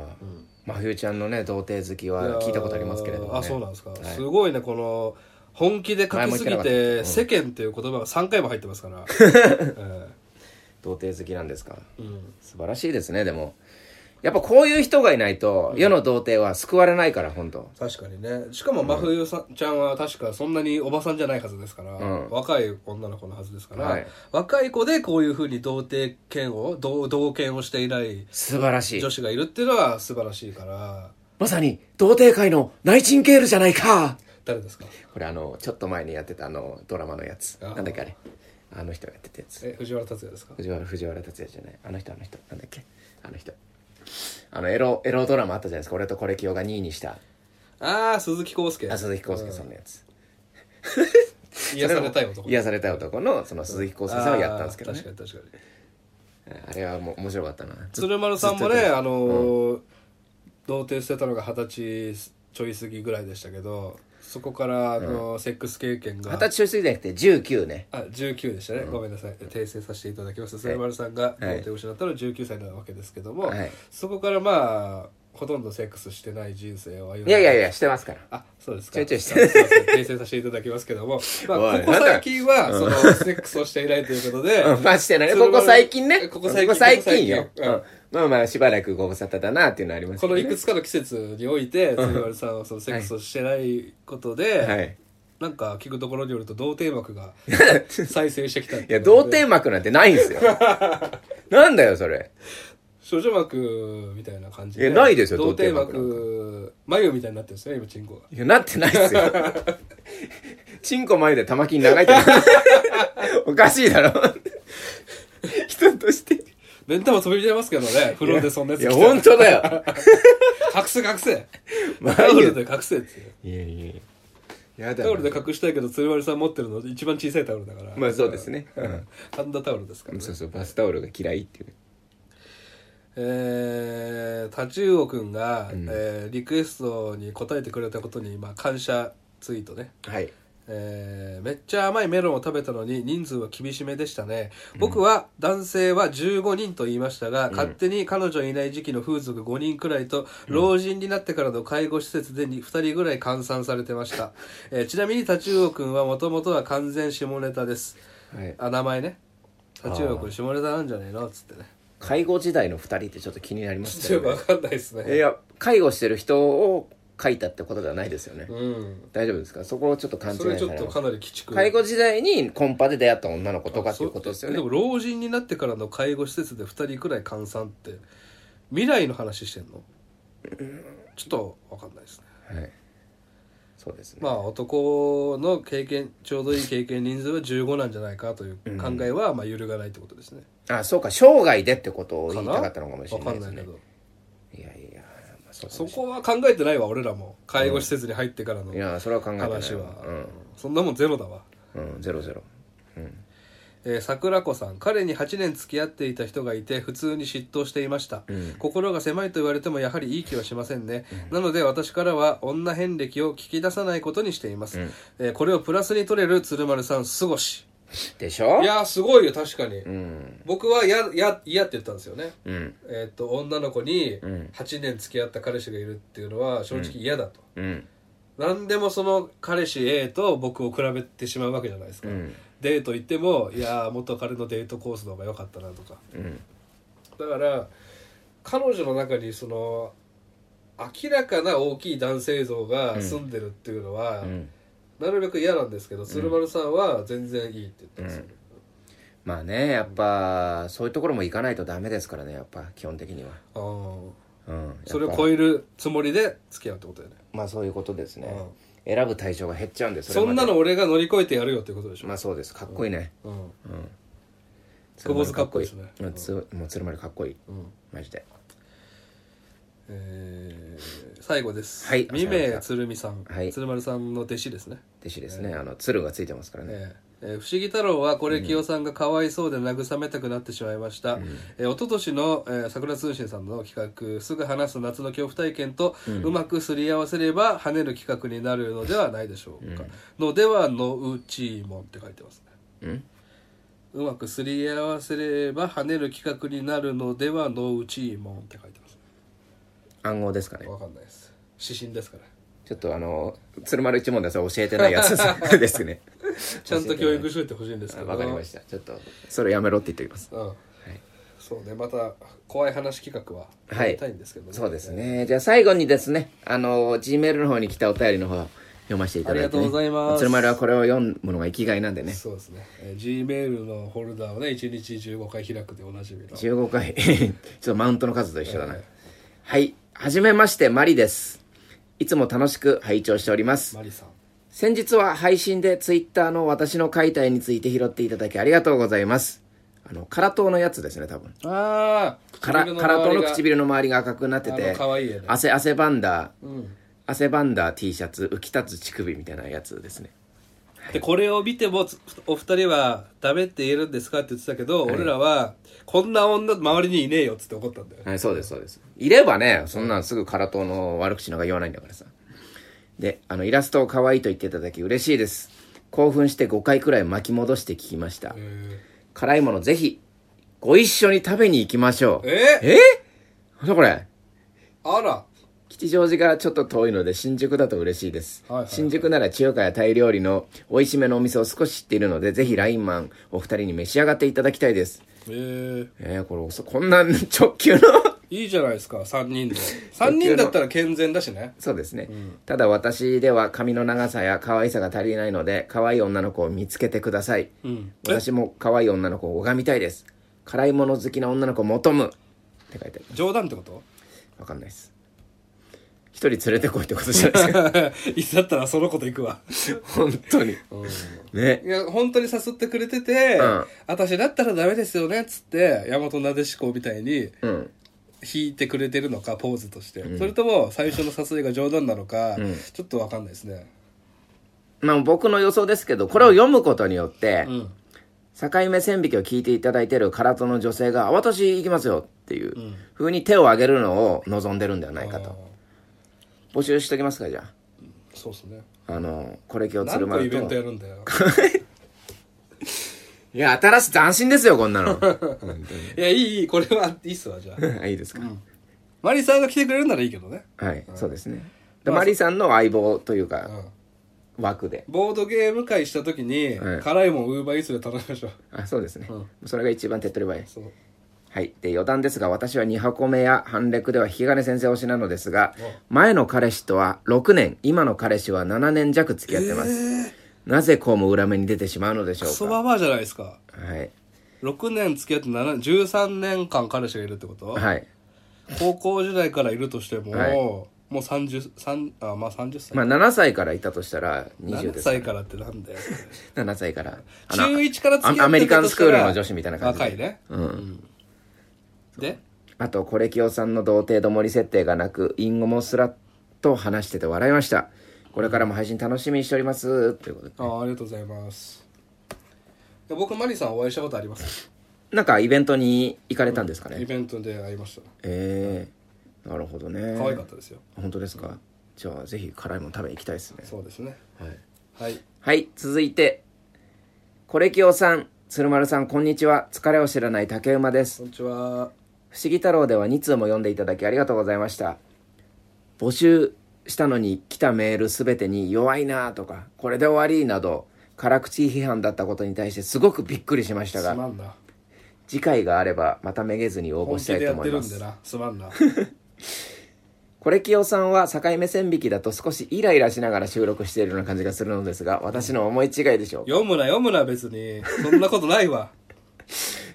Speaker 1: あ、真冬ちゃんのね、童貞好きは聞いたことありますけれども、ね。
Speaker 2: あ、そうなんですか。すごいね、この、本気で書きすぎ
Speaker 1: 前も言って
Speaker 2: て、世間っていう言葉が3回も入ってま
Speaker 1: [LAUGHS]
Speaker 2: すから。え
Speaker 1: 童貞好きなんですか。
Speaker 2: ーうん
Speaker 1: 素晴らしいですね、でも。やっぱこういう人がいないと、世の童貞は救われないから、本当
Speaker 2: 確かにねしかも真冬さんちゃんは確かそんなにおばさんじゃないはずですから、
Speaker 1: うん
Speaker 2: 若い女の子のはずですから、
Speaker 1: はい
Speaker 2: 若い子でこういうふうに童貞権を同同権をしていない
Speaker 1: 素晴らしい
Speaker 2: 女。子がいるっていうのは素晴らしいから
Speaker 1: まさに、童貞界のナイチンゲールじゃないか
Speaker 2: 誰ですか
Speaker 1: これあの、ちょっと前にやってたあの、ドラマのやつ。
Speaker 2: あー
Speaker 1: なんだっけあれ。あの人がやってたやつ。
Speaker 2: え藤原竜也ですか
Speaker 1: 藤原、藤原達也じゃない。あの人、あの人。なんだっけあの人。あの、エロ、エロドラマあったじゃないですか。俺とコレキオが2位にした。
Speaker 2: ああ鈴木康介
Speaker 1: あ、鈴木康介さんのやつ。
Speaker 2: 癒されたい男
Speaker 1: 癒されたい男の、その鈴木康介さんをやったんですけどね
Speaker 2: あー。確かに確かに
Speaker 1: あれはもう面白かったな。ず
Speaker 2: 鶴丸さんも
Speaker 1: ずっと
Speaker 2: ね
Speaker 1: やって
Speaker 2: あのー童貞捨てたのが二十歳ちょい過ぎぐらいでしたけどそこから、あのーセックス経験が
Speaker 1: 二十歳過ぎじゃなくて19ね。
Speaker 2: あ19でしたね、ごめんなさい訂正させていただきます鶴丸さんが童貞を失ったのは19歳なわけですけども、
Speaker 1: はい
Speaker 2: そこからまあほとんどセックスしてない人生を歩ん
Speaker 1: いやいやいや、してますから。
Speaker 2: あそうですか
Speaker 1: ちょいちょいし
Speaker 2: あすいません訂正させていただきますけ
Speaker 1: [LAUGHS]
Speaker 2: ども、ま
Speaker 1: お
Speaker 2: あ、
Speaker 1: い
Speaker 2: ここ最近はそのセックスをしていないということで、
Speaker 1: [LAUGHS] うんまあしてない。
Speaker 2: 鶴
Speaker 1: こ
Speaker 2: 丸
Speaker 1: こ最近ね。
Speaker 2: ここ最近
Speaker 1: ここ最近よ
Speaker 2: こ。こ最近うん
Speaker 1: うんまあまあ、しばらくご無沙汰だなっていうのはありますけ
Speaker 2: こ
Speaker 1: ど
Speaker 2: の
Speaker 1: ね
Speaker 2: いくつかの季節において鶴丸さんはそのセックスをしてないことで、
Speaker 1: はい。
Speaker 2: なんか聞くところによると童貞
Speaker 1: [LAUGHS]
Speaker 2: 幕が再生してきたって
Speaker 1: いうや、
Speaker 2: ことで
Speaker 1: 童貞幕なんてないんですよ。なんだよ、それ。
Speaker 2: 少女幕みたいな感じ
Speaker 1: いやないですよ
Speaker 2: 童貞
Speaker 1: 童貞
Speaker 2: 幕眉みたいになってるんですね今チンコが
Speaker 1: いや、なってないですよ。チンコ前で玉金長いって。おかしいだろ。人として。
Speaker 2: 目ん玉飛び出ますけどね風呂でそんなやつ
Speaker 1: いや、本当だよ。
Speaker 2: 隠せ隠せ
Speaker 1: マ
Speaker 2: タオ
Speaker 1: ジ
Speaker 2: ル
Speaker 1: で。
Speaker 2: で隠せって
Speaker 1: いやいややだ
Speaker 2: タオルで
Speaker 1: な。
Speaker 2: 隠したいけど鶴丸さん持ってるの一番小さいタオルだから
Speaker 1: まあそうですねうん
Speaker 2: ハンダタオルですからね
Speaker 1: そうそう、バスタオルが嫌いっていう。
Speaker 2: えー、タチウオくんが、えーリクエストに答えてくれたことに、まあ、感謝ツイートね
Speaker 1: はい。
Speaker 2: えーめっちゃ甘いメロンを食べたのに人数は厳しめでしたね僕は男性は15人と言いましたが、勝手に彼女いない時期の風俗5人くらいと、老人になってからの介護施設で 2, 人ぐらい換算されてま [LAUGHS] した、えーちなみにタチウオくんはもともとは完全下ネタです
Speaker 1: はい。
Speaker 2: あ名前ねタチウオくん下ネタなんじゃねえのっつってね
Speaker 1: 介護時代の二人ってちょっと気になります
Speaker 2: [LAUGHS] ちょっとわかんないです
Speaker 1: い
Speaker 2: ね
Speaker 1: や、介護してる人を書いたってことではないですよね。
Speaker 2: うん
Speaker 1: 大丈夫ですかそこをちょっと勘違い
Speaker 2: それちょ
Speaker 1: さ
Speaker 2: っ
Speaker 1: れ
Speaker 2: と
Speaker 1: ます
Speaker 2: かなり鬼畜
Speaker 1: 介護時代にコンパで出会った女の子とかっていうことですよ
Speaker 2: で
Speaker 1: ね
Speaker 2: も。老人になってからの介護施設で2人くらい換算って未来の話してんのちょっと分かんないですね
Speaker 1: はい。そうですね。
Speaker 2: まあ男の経験ちょうどいい経験人数は15なんじゃないかという考えはまあ揺るがないってことですね、
Speaker 1: あ、そうか、生涯でってことを
Speaker 2: か
Speaker 1: 言い
Speaker 2: な
Speaker 1: たかったのかもしれ
Speaker 2: 分
Speaker 1: な
Speaker 2: か
Speaker 1: いで
Speaker 2: んな
Speaker 1: す
Speaker 2: いけ
Speaker 1: ね。
Speaker 2: ど
Speaker 1: いやいや、まあ、そう
Speaker 2: そこは考えてないわ俺らも介護施設に入ってからの
Speaker 1: いや、それは考えてない。
Speaker 2: 話は、そんなもんゼロだわ
Speaker 1: うん、うん、ゼロゼロ。
Speaker 2: えー桜子さん彼に8年付き合っていた人がいて普通に嫉妬していました、心が狭いと言われてもやはりいい気はしませんね、なので私からは女遍歴を聞き出さないことにしています、えーこれをプラスに取れる鶴丸さんすごし
Speaker 1: でしょ
Speaker 2: いやーすごいよ確かに、
Speaker 1: うん。
Speaker 2: 僕は嫌ややって言ったんですよね、
Speaker 1: うん。
Speaker 2: えーっと女の子に
Speaker 1: ん
Speaker 2: 8年付き合った彼氏がいるっていうのは正直嫌だと、
Speaker 1: うん。
Speaker 2: 何でもその彼氏 A と僕を比べてしまうわけじゃないですか、
Speaker 1: ん
Speaker 2: デート行ってもいやー元彼のデートコースの方が良かったなとか
Speaker 1: うん。
Speaker 2: だから彼女の中にその明らかな大きい男性像が住んでるっていうのは、
Speaker 1: ん
Speaker 2: なるべく嫌なんですけど鶴丸さんは全然いいって言ってますよね、
Speaker 1: まあねやっぱそういうところも行かないとダメですからねやっぱ基本的には、
Speaker 2: あ
Speaker 1: う
Speaker 2: あ
Speaker 1: ん、
Speaker 2: それ
Speaker 1: や
Speaker 2: を
Speaker 1: っぱ
Speaker 2: 超えるつもりで付き合うってことだよね
Speaker 1: まあそういうことですね、選ぶ対象が減っちゃうんで
Speaker 2: そ
Speaker 1: れま
Speaker 2: ん
Speaker 1: で
Speaker 2: なの俺が乗り越えてやるよってことでしょ、
Speaker 1: まあそうですかっこいいね、
Speaker 2: うん
Speaker 1: 鶴丸
Speaker 2: 久保
Speaker 1: うんつもう鶴丸かっこいい、マジで
Speaker 2: えー最後です、
Speaker 1: はい
Speaker 2: 未明鶴美さん、
Speaker 1: はい
Speaker 2: 鶴丸さんの弟子ですね、
Speaker 1: 弟子ですね、あの鶴がついてますからね、
Speaker 2: えーえー不思議太郎はこれ清さんがかわいそうで慰めたくなってしまいました、えー、一昨年の、えー桜通信さんの企画「すぐ話す夏の恐怖体験と」うまくすり合わせれば跳ねる企画になるのではないでしょうか、のではのうちもんって書いてますね
Speaker 1: うん
Speaker 2: うまくすり合わせれば跳ねる企画になるのではのうちもんって書いてます
Speaker 1: 暗号ですかね
Speaker 2: わかんないです指針ですから
Speaker 1: ちょっとあの鶴丸一問ではそれ教えてないや
Speaker 2: [LAUGHS]
Speaker 1: つですですね
Speaker 2: ちゃんと教育しといてほしいんですけど
Speaker 1: わかりましたちょっとそれやめろって言っておきます
Speaker 2: うんそうねまた怖い話企画は
Speaker 1: は
Speaker 2: や
Speaker 1: い
Speaker 2: りたいんですけどね、
Speaker 1: そうですねじゃあ最後にですねあの G メールの方に来たお便りの方読ませていただいて、ね、
Speaker 2: ありがとうございます
Speaker 1: 鶴丸はこれを読むのが生きがいなんでね
Speaker 2: そうですね、えー、G メールのフォルダをね1日15回開くでおなじみの
Speaker 1: 15回 [LAUGHS] ちょっとマウントの数と一緒だな、はいはじめましてマリですいつも楽しく拝聴しております
Speaker 2: マリさん
Speaker 1: 先日は配信でツイッターの私の解体について拾っていただきありがとうございますあの唐島のやつですね多分
Speaker 2: ああ
Speaker 1: から唐島の唇の周りが赤くなって
Speaker 2: あ
Speaker 1: て
Speaker 2: の可愛い絵ね
Speaker 1: 汗汗バンダー、
Speaker 2: ん
Speaker 1: 汗バンダー T シャツ浮き立つ乳首みたいなやつですね
Speaker 2: でこれを見てもつお二人はダメって言えるんですかって言ってたけど、俺らはこんな女周りにいねえよっつって怒った [LAUGHS] んだよ
Speaker 1: はい、そうです、そうです。いればね、そんなんすぐ空党の悪口なんか言わないんだからさ。で、あの、イラストを可愛いと言っていただき嬉しいです。興奮して5回くらい巻き戻して聞きました。辛いものぜひ、ご一緒に食べに行きましょう。
Speaker 2: え
Speaker 1: えなんだこれ
Speaker 2: あら
Speaker 1: 吉祥寺からちょっと遠いので新宿だと嬉しいです、
Speaker 2: はいはいはい
Speaker 1: 新宿なら中華やタイ料理の美味しめのお店を少し知っているのでぜひラインマンお二人に召し上がっていただきたいです
Speaker 2: えー、
Speaker 1: えー、これおそ [LAUGHS] こんな直球の [LAUGHS]
Speaker 2: いいじゃないですか3人で3 [LAUGHS] 人だったら健全だしね
Speaker 1: そうですね、ただ私では髪の長さや可愛さが足りないので可愛い女の子を見つけてください、
Speaker 2: ん
Speaker 1: 私も可愛い女の子を拝みたいです辛いもの好きな女の子を求むって書いてある
Speaker 2: 冗談って [LAUGHS] こと
Speaker 1: わかんないです一人連れてこいってことじゃない
Speaker 2: [LAUGHS]
Speaker 1: ですか
Speaker 2: いつだったらそのこと行くわ。
Speaker 1: 本当にね
Speaker 2: いや、本当に誘ってくれてて、
Speaker 1: うん
Speaker 2: 私だったらダメですよね、っつって、大和なでしこみたいに
Speaker 1: うん
Speaker 2: 弾いてくれてるのか、ポーズとして。それとも、最初の誘いが冗談なのか、ちょっとわかんないですね。
Speaker 1: まあ僕の予想ですけどこれを読むことによって、
Speaker 2: うん。
Speaker 1: 境目線引きを聞いていただいてる空手の女性があ「私行きますよ」っていう風に手を挙げるのを望んでるんではないかと、募集しときますかじゃあ
Speaker 2: そうですね。
Speaker 1: あの、これ今日
Speaker 2: 何
Speaker 1: 鶴
Speaker 2: 個イ
Speaker 1: 丸
Speaker 2: ベント
Speaker 1: と。
Speaker 2: やるんだよ。
Speaker 1: いや、新しい斬新ですよ、こんな
Speaker 2: [LAUGHS]
Speaker 1: の。
Speaker 2: いや、いい、いい、これは、いいっすわ、じゃあ。
Speaker 1: いいですか。
Speaker 2: マリさんが来てくれるならいいけどね。
Speaker 1: はい、そうですね。で、マリさんの相棒というか、
Speaker 2: ん
Speaker 1: 枠で。
Speaker 2: ボードゲーム会した時に、
Speaker 1: はい
Speaker 2: 辛いもんウーバーイーツで頼みましょう。
Speaker 1: あ、そうですね。それが一番手っ取り早い。
Speaker 2: そう。
Speaker 1: はい。で、余談ですが、私は2箱目や半レクでは引き金先生推しなのですが、前の彼氏とは6年、今の彼氏は7年弱付き合ってます。なぜこうも裏目に出てしまうのでしょ
Speaker 2: クソ
Speaker 1: うか。
Speaker 2: ババアじゃないですか。
Speaker 1: はい。
Speaker 2: 6年付き合って7 13年間彼氏がいるってこと、
Speaker 1: はい。
Speaker 2: 高校時代からいるとしても、
Speaker 1: はい
Speaker 2: もう30三あまあ30歳、
Speaker 1: まあ、7歳からいたとしたら、20
Speaker 2: 7
Speaker 1: です。
Speaker 2: 歳からってなんだよそれ
Speaker 1: 7歳から。あの
Speaker 2: 中1から付き合ってたとしたら
Speaker 1: アアメリカンスクールの女子みたいな感じで。
Speaker 2: 若いねうん、で
Speaker 1: あと、コレキオさんの童貞どもり設定がなく、インゴもすらっと話してて笑いました。これからも配信楽しみにしております。ということで。
Speaker 2: あありがとうございますで僕マリさんお会いしたことあります
Speaker 1: なんか、イベントに行かれたんですかね。
Speaker 2: イベントで会いました
Speaker 1: ええー。なるほどね。
Speaker 2: 可愛かったですよ、
Speaker 1: 本当ですか。じゃあ、ぜひ辛いもの食べに行きたいですね。
Speaker 2: そうですね
Speaker 1: はい。
Speaker 2: はい
Speaker 1: はい、続いて、コレキオさん、鶴丸さん、こんにちは。疲れを知らない竹馬です。
Speaker 2: こんにちは
Speaker 1: 不思議太郎では2通も読んでいただきありがとうございました募集したのに来たメールすべてに弱いなとかこれで終わりなど辛口批判だったことに対してすごくびっくりしました
Speaker 2: す
Speaker 1: が
Speaker 2: まんな
Speaker 1: 次回があればまためげずに応募
Speaker 2: 本
Speaker 1: し
Speaker 2: 気
Speaker 1: たい
Speaker 2: で
Speaker 1: と
Speaker 2: やっ
Speaker 1: 思
Speaker 2: て
Speaker 1: い
Speaker 2: る
Speaker 1: ま
Speaker 2: んですなすまんな
Speaker 1: これきよさんは境目線引きだと少しイライラしながら収録しているような感じがするのですが、私の思い違いでしょうか
Speaker 2: 読むな読むな別にそんなことないわ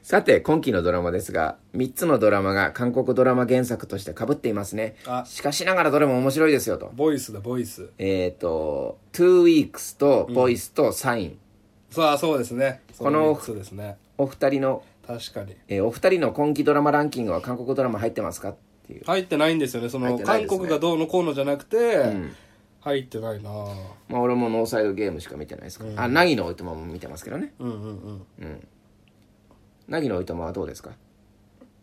Speaker 1: さて、今期のドラマですが、3つのドラマが韓国ドラマ原作として被っていますね
Speaker 2: あ。
Speaker 1: しかしながらどれも面白いですよと。
Speaker 2: ボイスだボイス
Speaker 1: えっ、と、2 weeks とボイスとサイン。
Speaker 2: さあそうですね
Speaker 1: この
Speaker 2: そうですね
Speaker 1: お二人の、
Speaker 2: 確かに
Speaker 1: えーお二人の今期ドラマランキングは韓国ドラマ入ってますかっていう。
Speaker 2: 入ってないんですよねそ
Speaker 1: 入っ
Speaker 2: の
Speaker 1: てない
Speaker 2: 韓
Speaker 1: ですね
Speaker 2: 国がどうのこうのじゃなくて、入ってないなぁ
Speaker 1: まあ俺もノーサイドゲームしか見てないですから。あ、ナギのおいとまも見てますけどね。
Speaker 2: うんうん
Speaker 1: ナギのおいとまはどうですか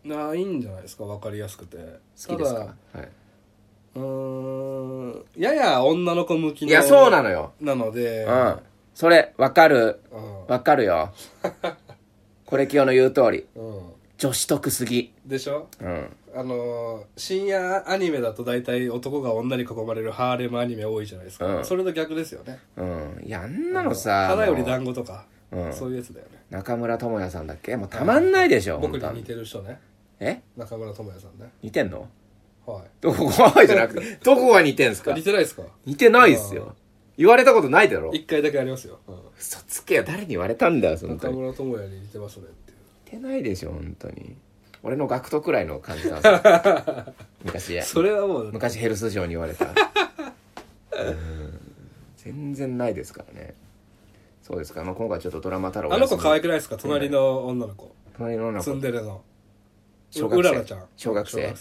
Speaker 2: うんないんじゃないですか分かりやすくて
Speaker 1: 好きですか
Speaker 2: ただ
Speaker 1: は
Speaker 2: うーんやや女の子向き
Speaker 1: い。
Speaker 2: の
Speaker 1: いや、そうなのよ。
Speaker 2: なので
Speaker 1: うん。それ、わかる。
Speaker 2: うん
Speaker 1: わかるよ。これ今日の言う通り。
Speaker 2: うん
Speaker 1: 女子得すぎ。
Speaker 2: でしょ
Speaker 1: うん。
Speaker 2: あのー深夜アニメだと大体男が女に囲まれるハーレムアニメ多いじゃないですか、
Speaker 1: うん
Speaker 2: それと逆ですよね
Speaker 1: うん。いや、あんなのさ、
Speaker 2: 花よ
Speaker 1: も
Speaker 2: り
Speaker 1: う
Speaker 2: 団子とか、
Speaker 1: うん
Speaker 2: そういうやつだよね
Speaker 1: 中村智也さんだっけもうたまんないでしょ、
Speaker 2: 僕
Speaker 1: 本当
Speaker 2: に似てる人ね
Speaker 1: え
Speaker 2: 中村智也さんね
Speaker 1: 似てんの
Speaker 2: は
Speaker 1: どこがじゃなくて、 [LAUGHS] どこが似てんす
Speaker 2: い
Speaker 1: か
Speaker 2: 似てないですか
Speaker 1: 似てないっすよ。言われたことないだろ
Speaker 2: 一回だけありますよ、うん
Speaker 1: 嘘つけよ、誰に言われたんだよ、その
Speaker 2: 中
Speaker 1: 時。似
Speaker 2: 村智也に似てますねっていう
Speaker 1: てないでしょ、本当に。俺の学徒くらいの感じ [LAUGHS] なんですよ。昔、
Speaker 2: それはもう
Speaker 1: 昔ヘルス嬢に言わ
Speaker 2: [LAUGHS]
Speaker 1: れたうん全然ないですからねそうですか、まあ、今回ちょっとドラマ太郎
Speaker 2: あの子可愛
Speaker 1: く
Speaker 2: くないですか隣の女の子
Speaker 1: 隣の女の
Speaker 2: ツ
Speaker 1: 子
Speaker 2: ンデレの
Speaker 1: 小学生
Speaker 2: うららちゃん
Speaker 1: 小学生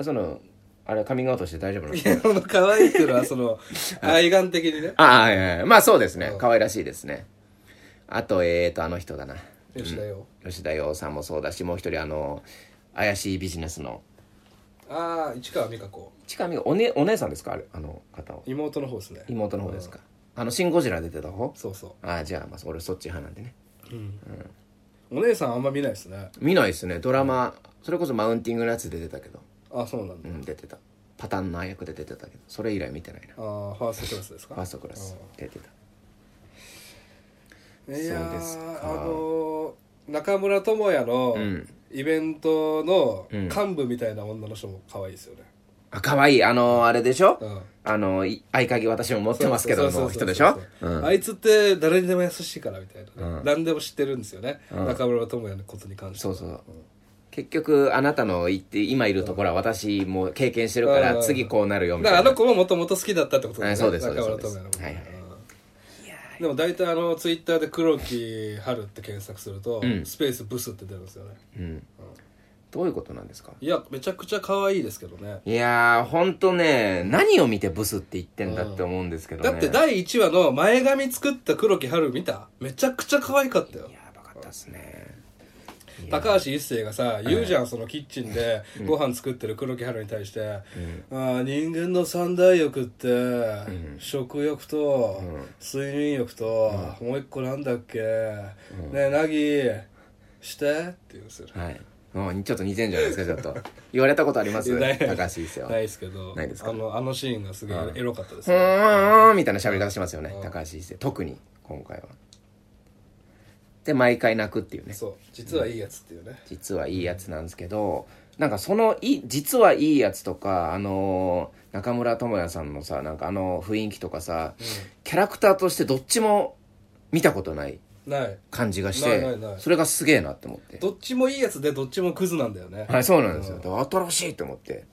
Speaker 1: そのあれカミングアウトして大丈夫なの
Speaker 2: いやこの [LAUGHS] 可愛いっていうのはその愛眼的にね
Speaker 1: [LAUGHS] ああはいはいはいまあそうですね
Speaker 2: うん
Speaker 1: 可愛らしいですねあとえーとあの人だな
Speaker 2: 吉田よ
Speaker 1: 吉田洋さんもそうだしもう一人あの怪しいビジネスの
Speaker 2: ああ市川美香子
Speaker 1: 近見お,、ね、お姉さんですかあれあの方は
Speaker 2: 妹の方ですね
Speaker 1: 妹の方ですか、あのシン・ゴジラ出てた方
Speaker 2: そうそ
Speaker 1: ああじゃあ、まあ、俺そっち派なんでね
Speaker 2: う、うんお姉さんあんま見ないですね
Speaker 1: 見ないですねドラマそれこそマウンティングのやつで出てたけど
Speaker 2: あそうなん
Speaker 1: う
Speaker 2: だ、
Speaker 1: ん出てたパターンの役で出てたけどそれ以来見てないなフ
Speaker 2: ああファーストクラスですか
Speaker 1: ァーストクラス出てた
Speaker 2: いやー
Speaker 1: そうですか
Speaker 2: あのー中村智也の
Speaker 1: うん
Speaker 2: イベントの
Speaker 1: うん
Speaker 2: 幹部みたいな女の人も可愛いですよね、
Speaker 1: あ可愛いあのあれでしょ、
Speaker 2: うん
Speaker 1: あのい合鍵私も持ってますけど
Speaker 2: そう
Speaker 1: の
Speaker 2: そうそ
Speaker 1: 人
Speaker 2: うそう
Speaker 1: でしょ
Speaker 2: そううそうんあいつって誰にでも優しいからみたいなね、
Speaker 1: うん
Speaker 2: 何でも知ってるんですよね、中村智也のことに関して
Speaker 1: そ
Speaker 2: は
Speaker 1: うそう結局あなたの言って今いるところは私も経験してるから
Speaker 2: うん
Speaker 1: 次こうなるよみ
Speaker 2: だ
Speaker 1: たい
Speaker 2: から
Speaker 1: な
Speaker 2: あの子ももともと好きだったってこと
Speaker 1: は
Speaker 2: だよね
Speaker 1: いそうです
Speaker 2: 中
Speaker 1: そう
Speaker 2: 村
Speaker 1: です
Speaker 2: 智也のことね、
Speaker 1: はいはい
Speaker 2: うんでも大体あのツイッターで黒木春って検索すると、
Speaker 1: ん
Speaker 2: スペースブスって出るんですよね
Speaker 1: うん、どういうことなんですか
Speaker 2: いやめちゃくちゃ可愛いですけどね
Speaker 1: いやーほんとね何を見てブスって言ってんだって思うんですけどね、
Speaker 2: だって第1話の前髪作った黒木春見ためちゃくちゃ可愛かったよ
Speaker 1: やばかったですね
Speaker 2: 高橋一生がさ言うじゃんそのキッチンでご飯作ってる黒木春に対して「ああ人間の三大欲って食欲と睡眠欲ともう一個なんだっけねえナギして」って言うんですよ
Speaker 1: はい。うん、ちょっと似てんじゃないですか、
Speaker 2: [LAUGHS]
Speaker 1: ちょっと。言われたことあります
Speaker 2: いやない
Speaker 1: 高橋一生は。
Speaker 2: ないうですけど
Speaker 1: ないですか
Speaker 2: あのあのシーンがすげえエロかったですね
Speaker 1: ーん、みたいな喋り方しますよね。高橋一生。特に、今回は。で、毎回泣くっていうね。
Speaker 2: そう実はいいやつっていうね
Speaker 1: 実はいいやつなんですけど、なんかそのいい、実はいいやつとか、あのー中村智也さんのさ、なんかあの雰囲気とかさ、キャラクターとしてどっちも見たことない
Speaker 2: ない
Speaker 1: 感じがし
Speaker 2: ないないな
Speaker 1: て、
Speaker 2: い
Speaker 1: それがすげえなって思って。
Speaker 2: どっちもいいやつでどっちもクズなんだよね
Speaker 1: はい、そうなんですよ。だから新しいと思って。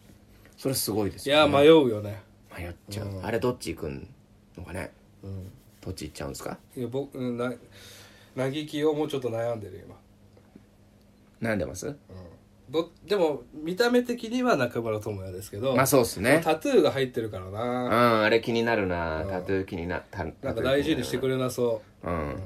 Speaker 1: それすごいです
Speaker 2: い
Speaker 1: よ、ね。
Speaker 2: や迷うよね
Speaker 1: 迷っちゃう、あれどっち行くのかね
Speaker 2: うん
Speaker 1: どっち行っちゃうんですか
Speaker 2: いや僕うんな嘆きをもうちょっと悩んでる今
Speaker 1: 悩んでます
Speaker 2: どでも見た目的には中村智也ですけど、
Speaker 1: まあそうっすね
Speaker 2: タトゥーが入ってるから
Speaker 1: う
Speaker 2: なん
Speaker 1: あれ気になるなタトゥー気になタ
Speaker 2: なんか大事にしてくれなそ
Speaker 1: うん、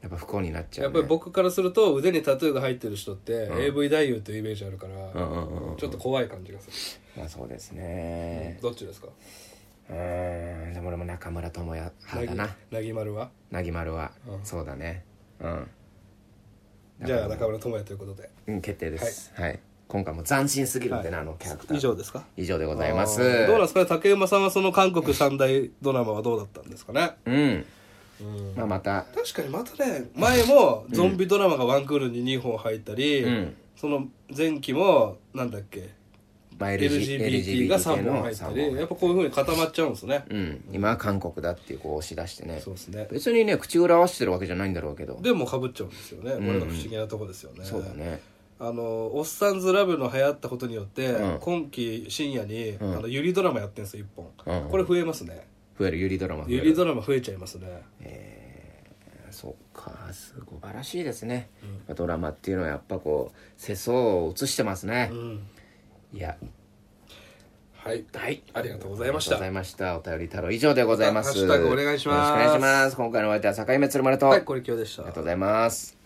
Speaker 1: やっぱ不幸になっ
Speaker 2: う
Speaker 1: ちゃ
Speaker 2: や
Speaker 1: う、
Speaker 2: っ
Speaker 1: ね、
Speaker 2: ぱり僕からすると腕にタトゥーが入ってる人って、AV 男優というイメージあるから、
Speaker 1: うんうんうんうん
Speaker 2: ちょっと怖い感じがす
Speaker 1: まあそうです
Speaker 2: る、
Speaker 1: ね
Speaker 2: どっちですか
Speaker 1: うんでも俺も中村智也派だな
Speaker 2: なぎまるは
Speaker 1: なぎまるは、そうだねうん
Speaker 2: じゃあ中村智也ということで
Speaker 1: うん決定ですはい、今回も斬新すぎるんでな、あのキャラクター
Speaker 2: 以上ですか
Speaker 1: 以上でございます
Speaker 2: どうなんですかね竹馬さんはその韓国三大ドラマはどうだったんですかね
Speaker 1: うん、まあまた
Speaker 2: 確かにまたね前もゾンビドラマがワンクールに2本入ったり、
Speaker 1: うん
Speaker 2: その前期もなんだっけ
Speaker 1: まあ、
Speaker 2: LGBT が3本入っ
Speaker 1: 三
Speaker 2: てるやっぱこういうふうに固まっちゃうんですね、
Speaker 1: うん、今は韓国だっていうこう押し出してね
Speaker 2: そうですね
Speaker 1: 別にね口裏合わせてるわけじゃないんだろうけど
Speaker 2: でもかぶっちゃうんですよね、これが不思議なとこですよね
Speaker 1: そうだね
Speaker 2: あの「おっさんずラブ」の流行ったことによって、
Speaker 1: うん
Speaker 2: 今期深夜に、あのゆりドラマやってんですよ1本、
Speaker 1: うん
Speaker 2: これ増えますね
Speaker 1: 増えるゆりドラマ増え
Speaker 2: ゆ
Speaker 1: る
Speaker 2: りドラマ増えちゃいますね
Speaker 1: そっか素晴らしいですね、ドラマっていうのはやっぱこう世相を映してますね、
Speaker 2: うん
Speaker 1: いや
Speaker 2: はい
Speaker 1: はい
Speaker 2: ありがとうございました
Speaker 1: ありがとうございましたお便り太郎以上でございます
Speaker 2: ハッシュタグお願いします
Speaker 1: よろしくお願いします今回のお相手は境目鶴丸と、
Speaker 2: は
Speaker 1: あ
Speaker 2: い
Speaker 1: り
Speaker 2: これ今日でした
Speaker 1: がとうございます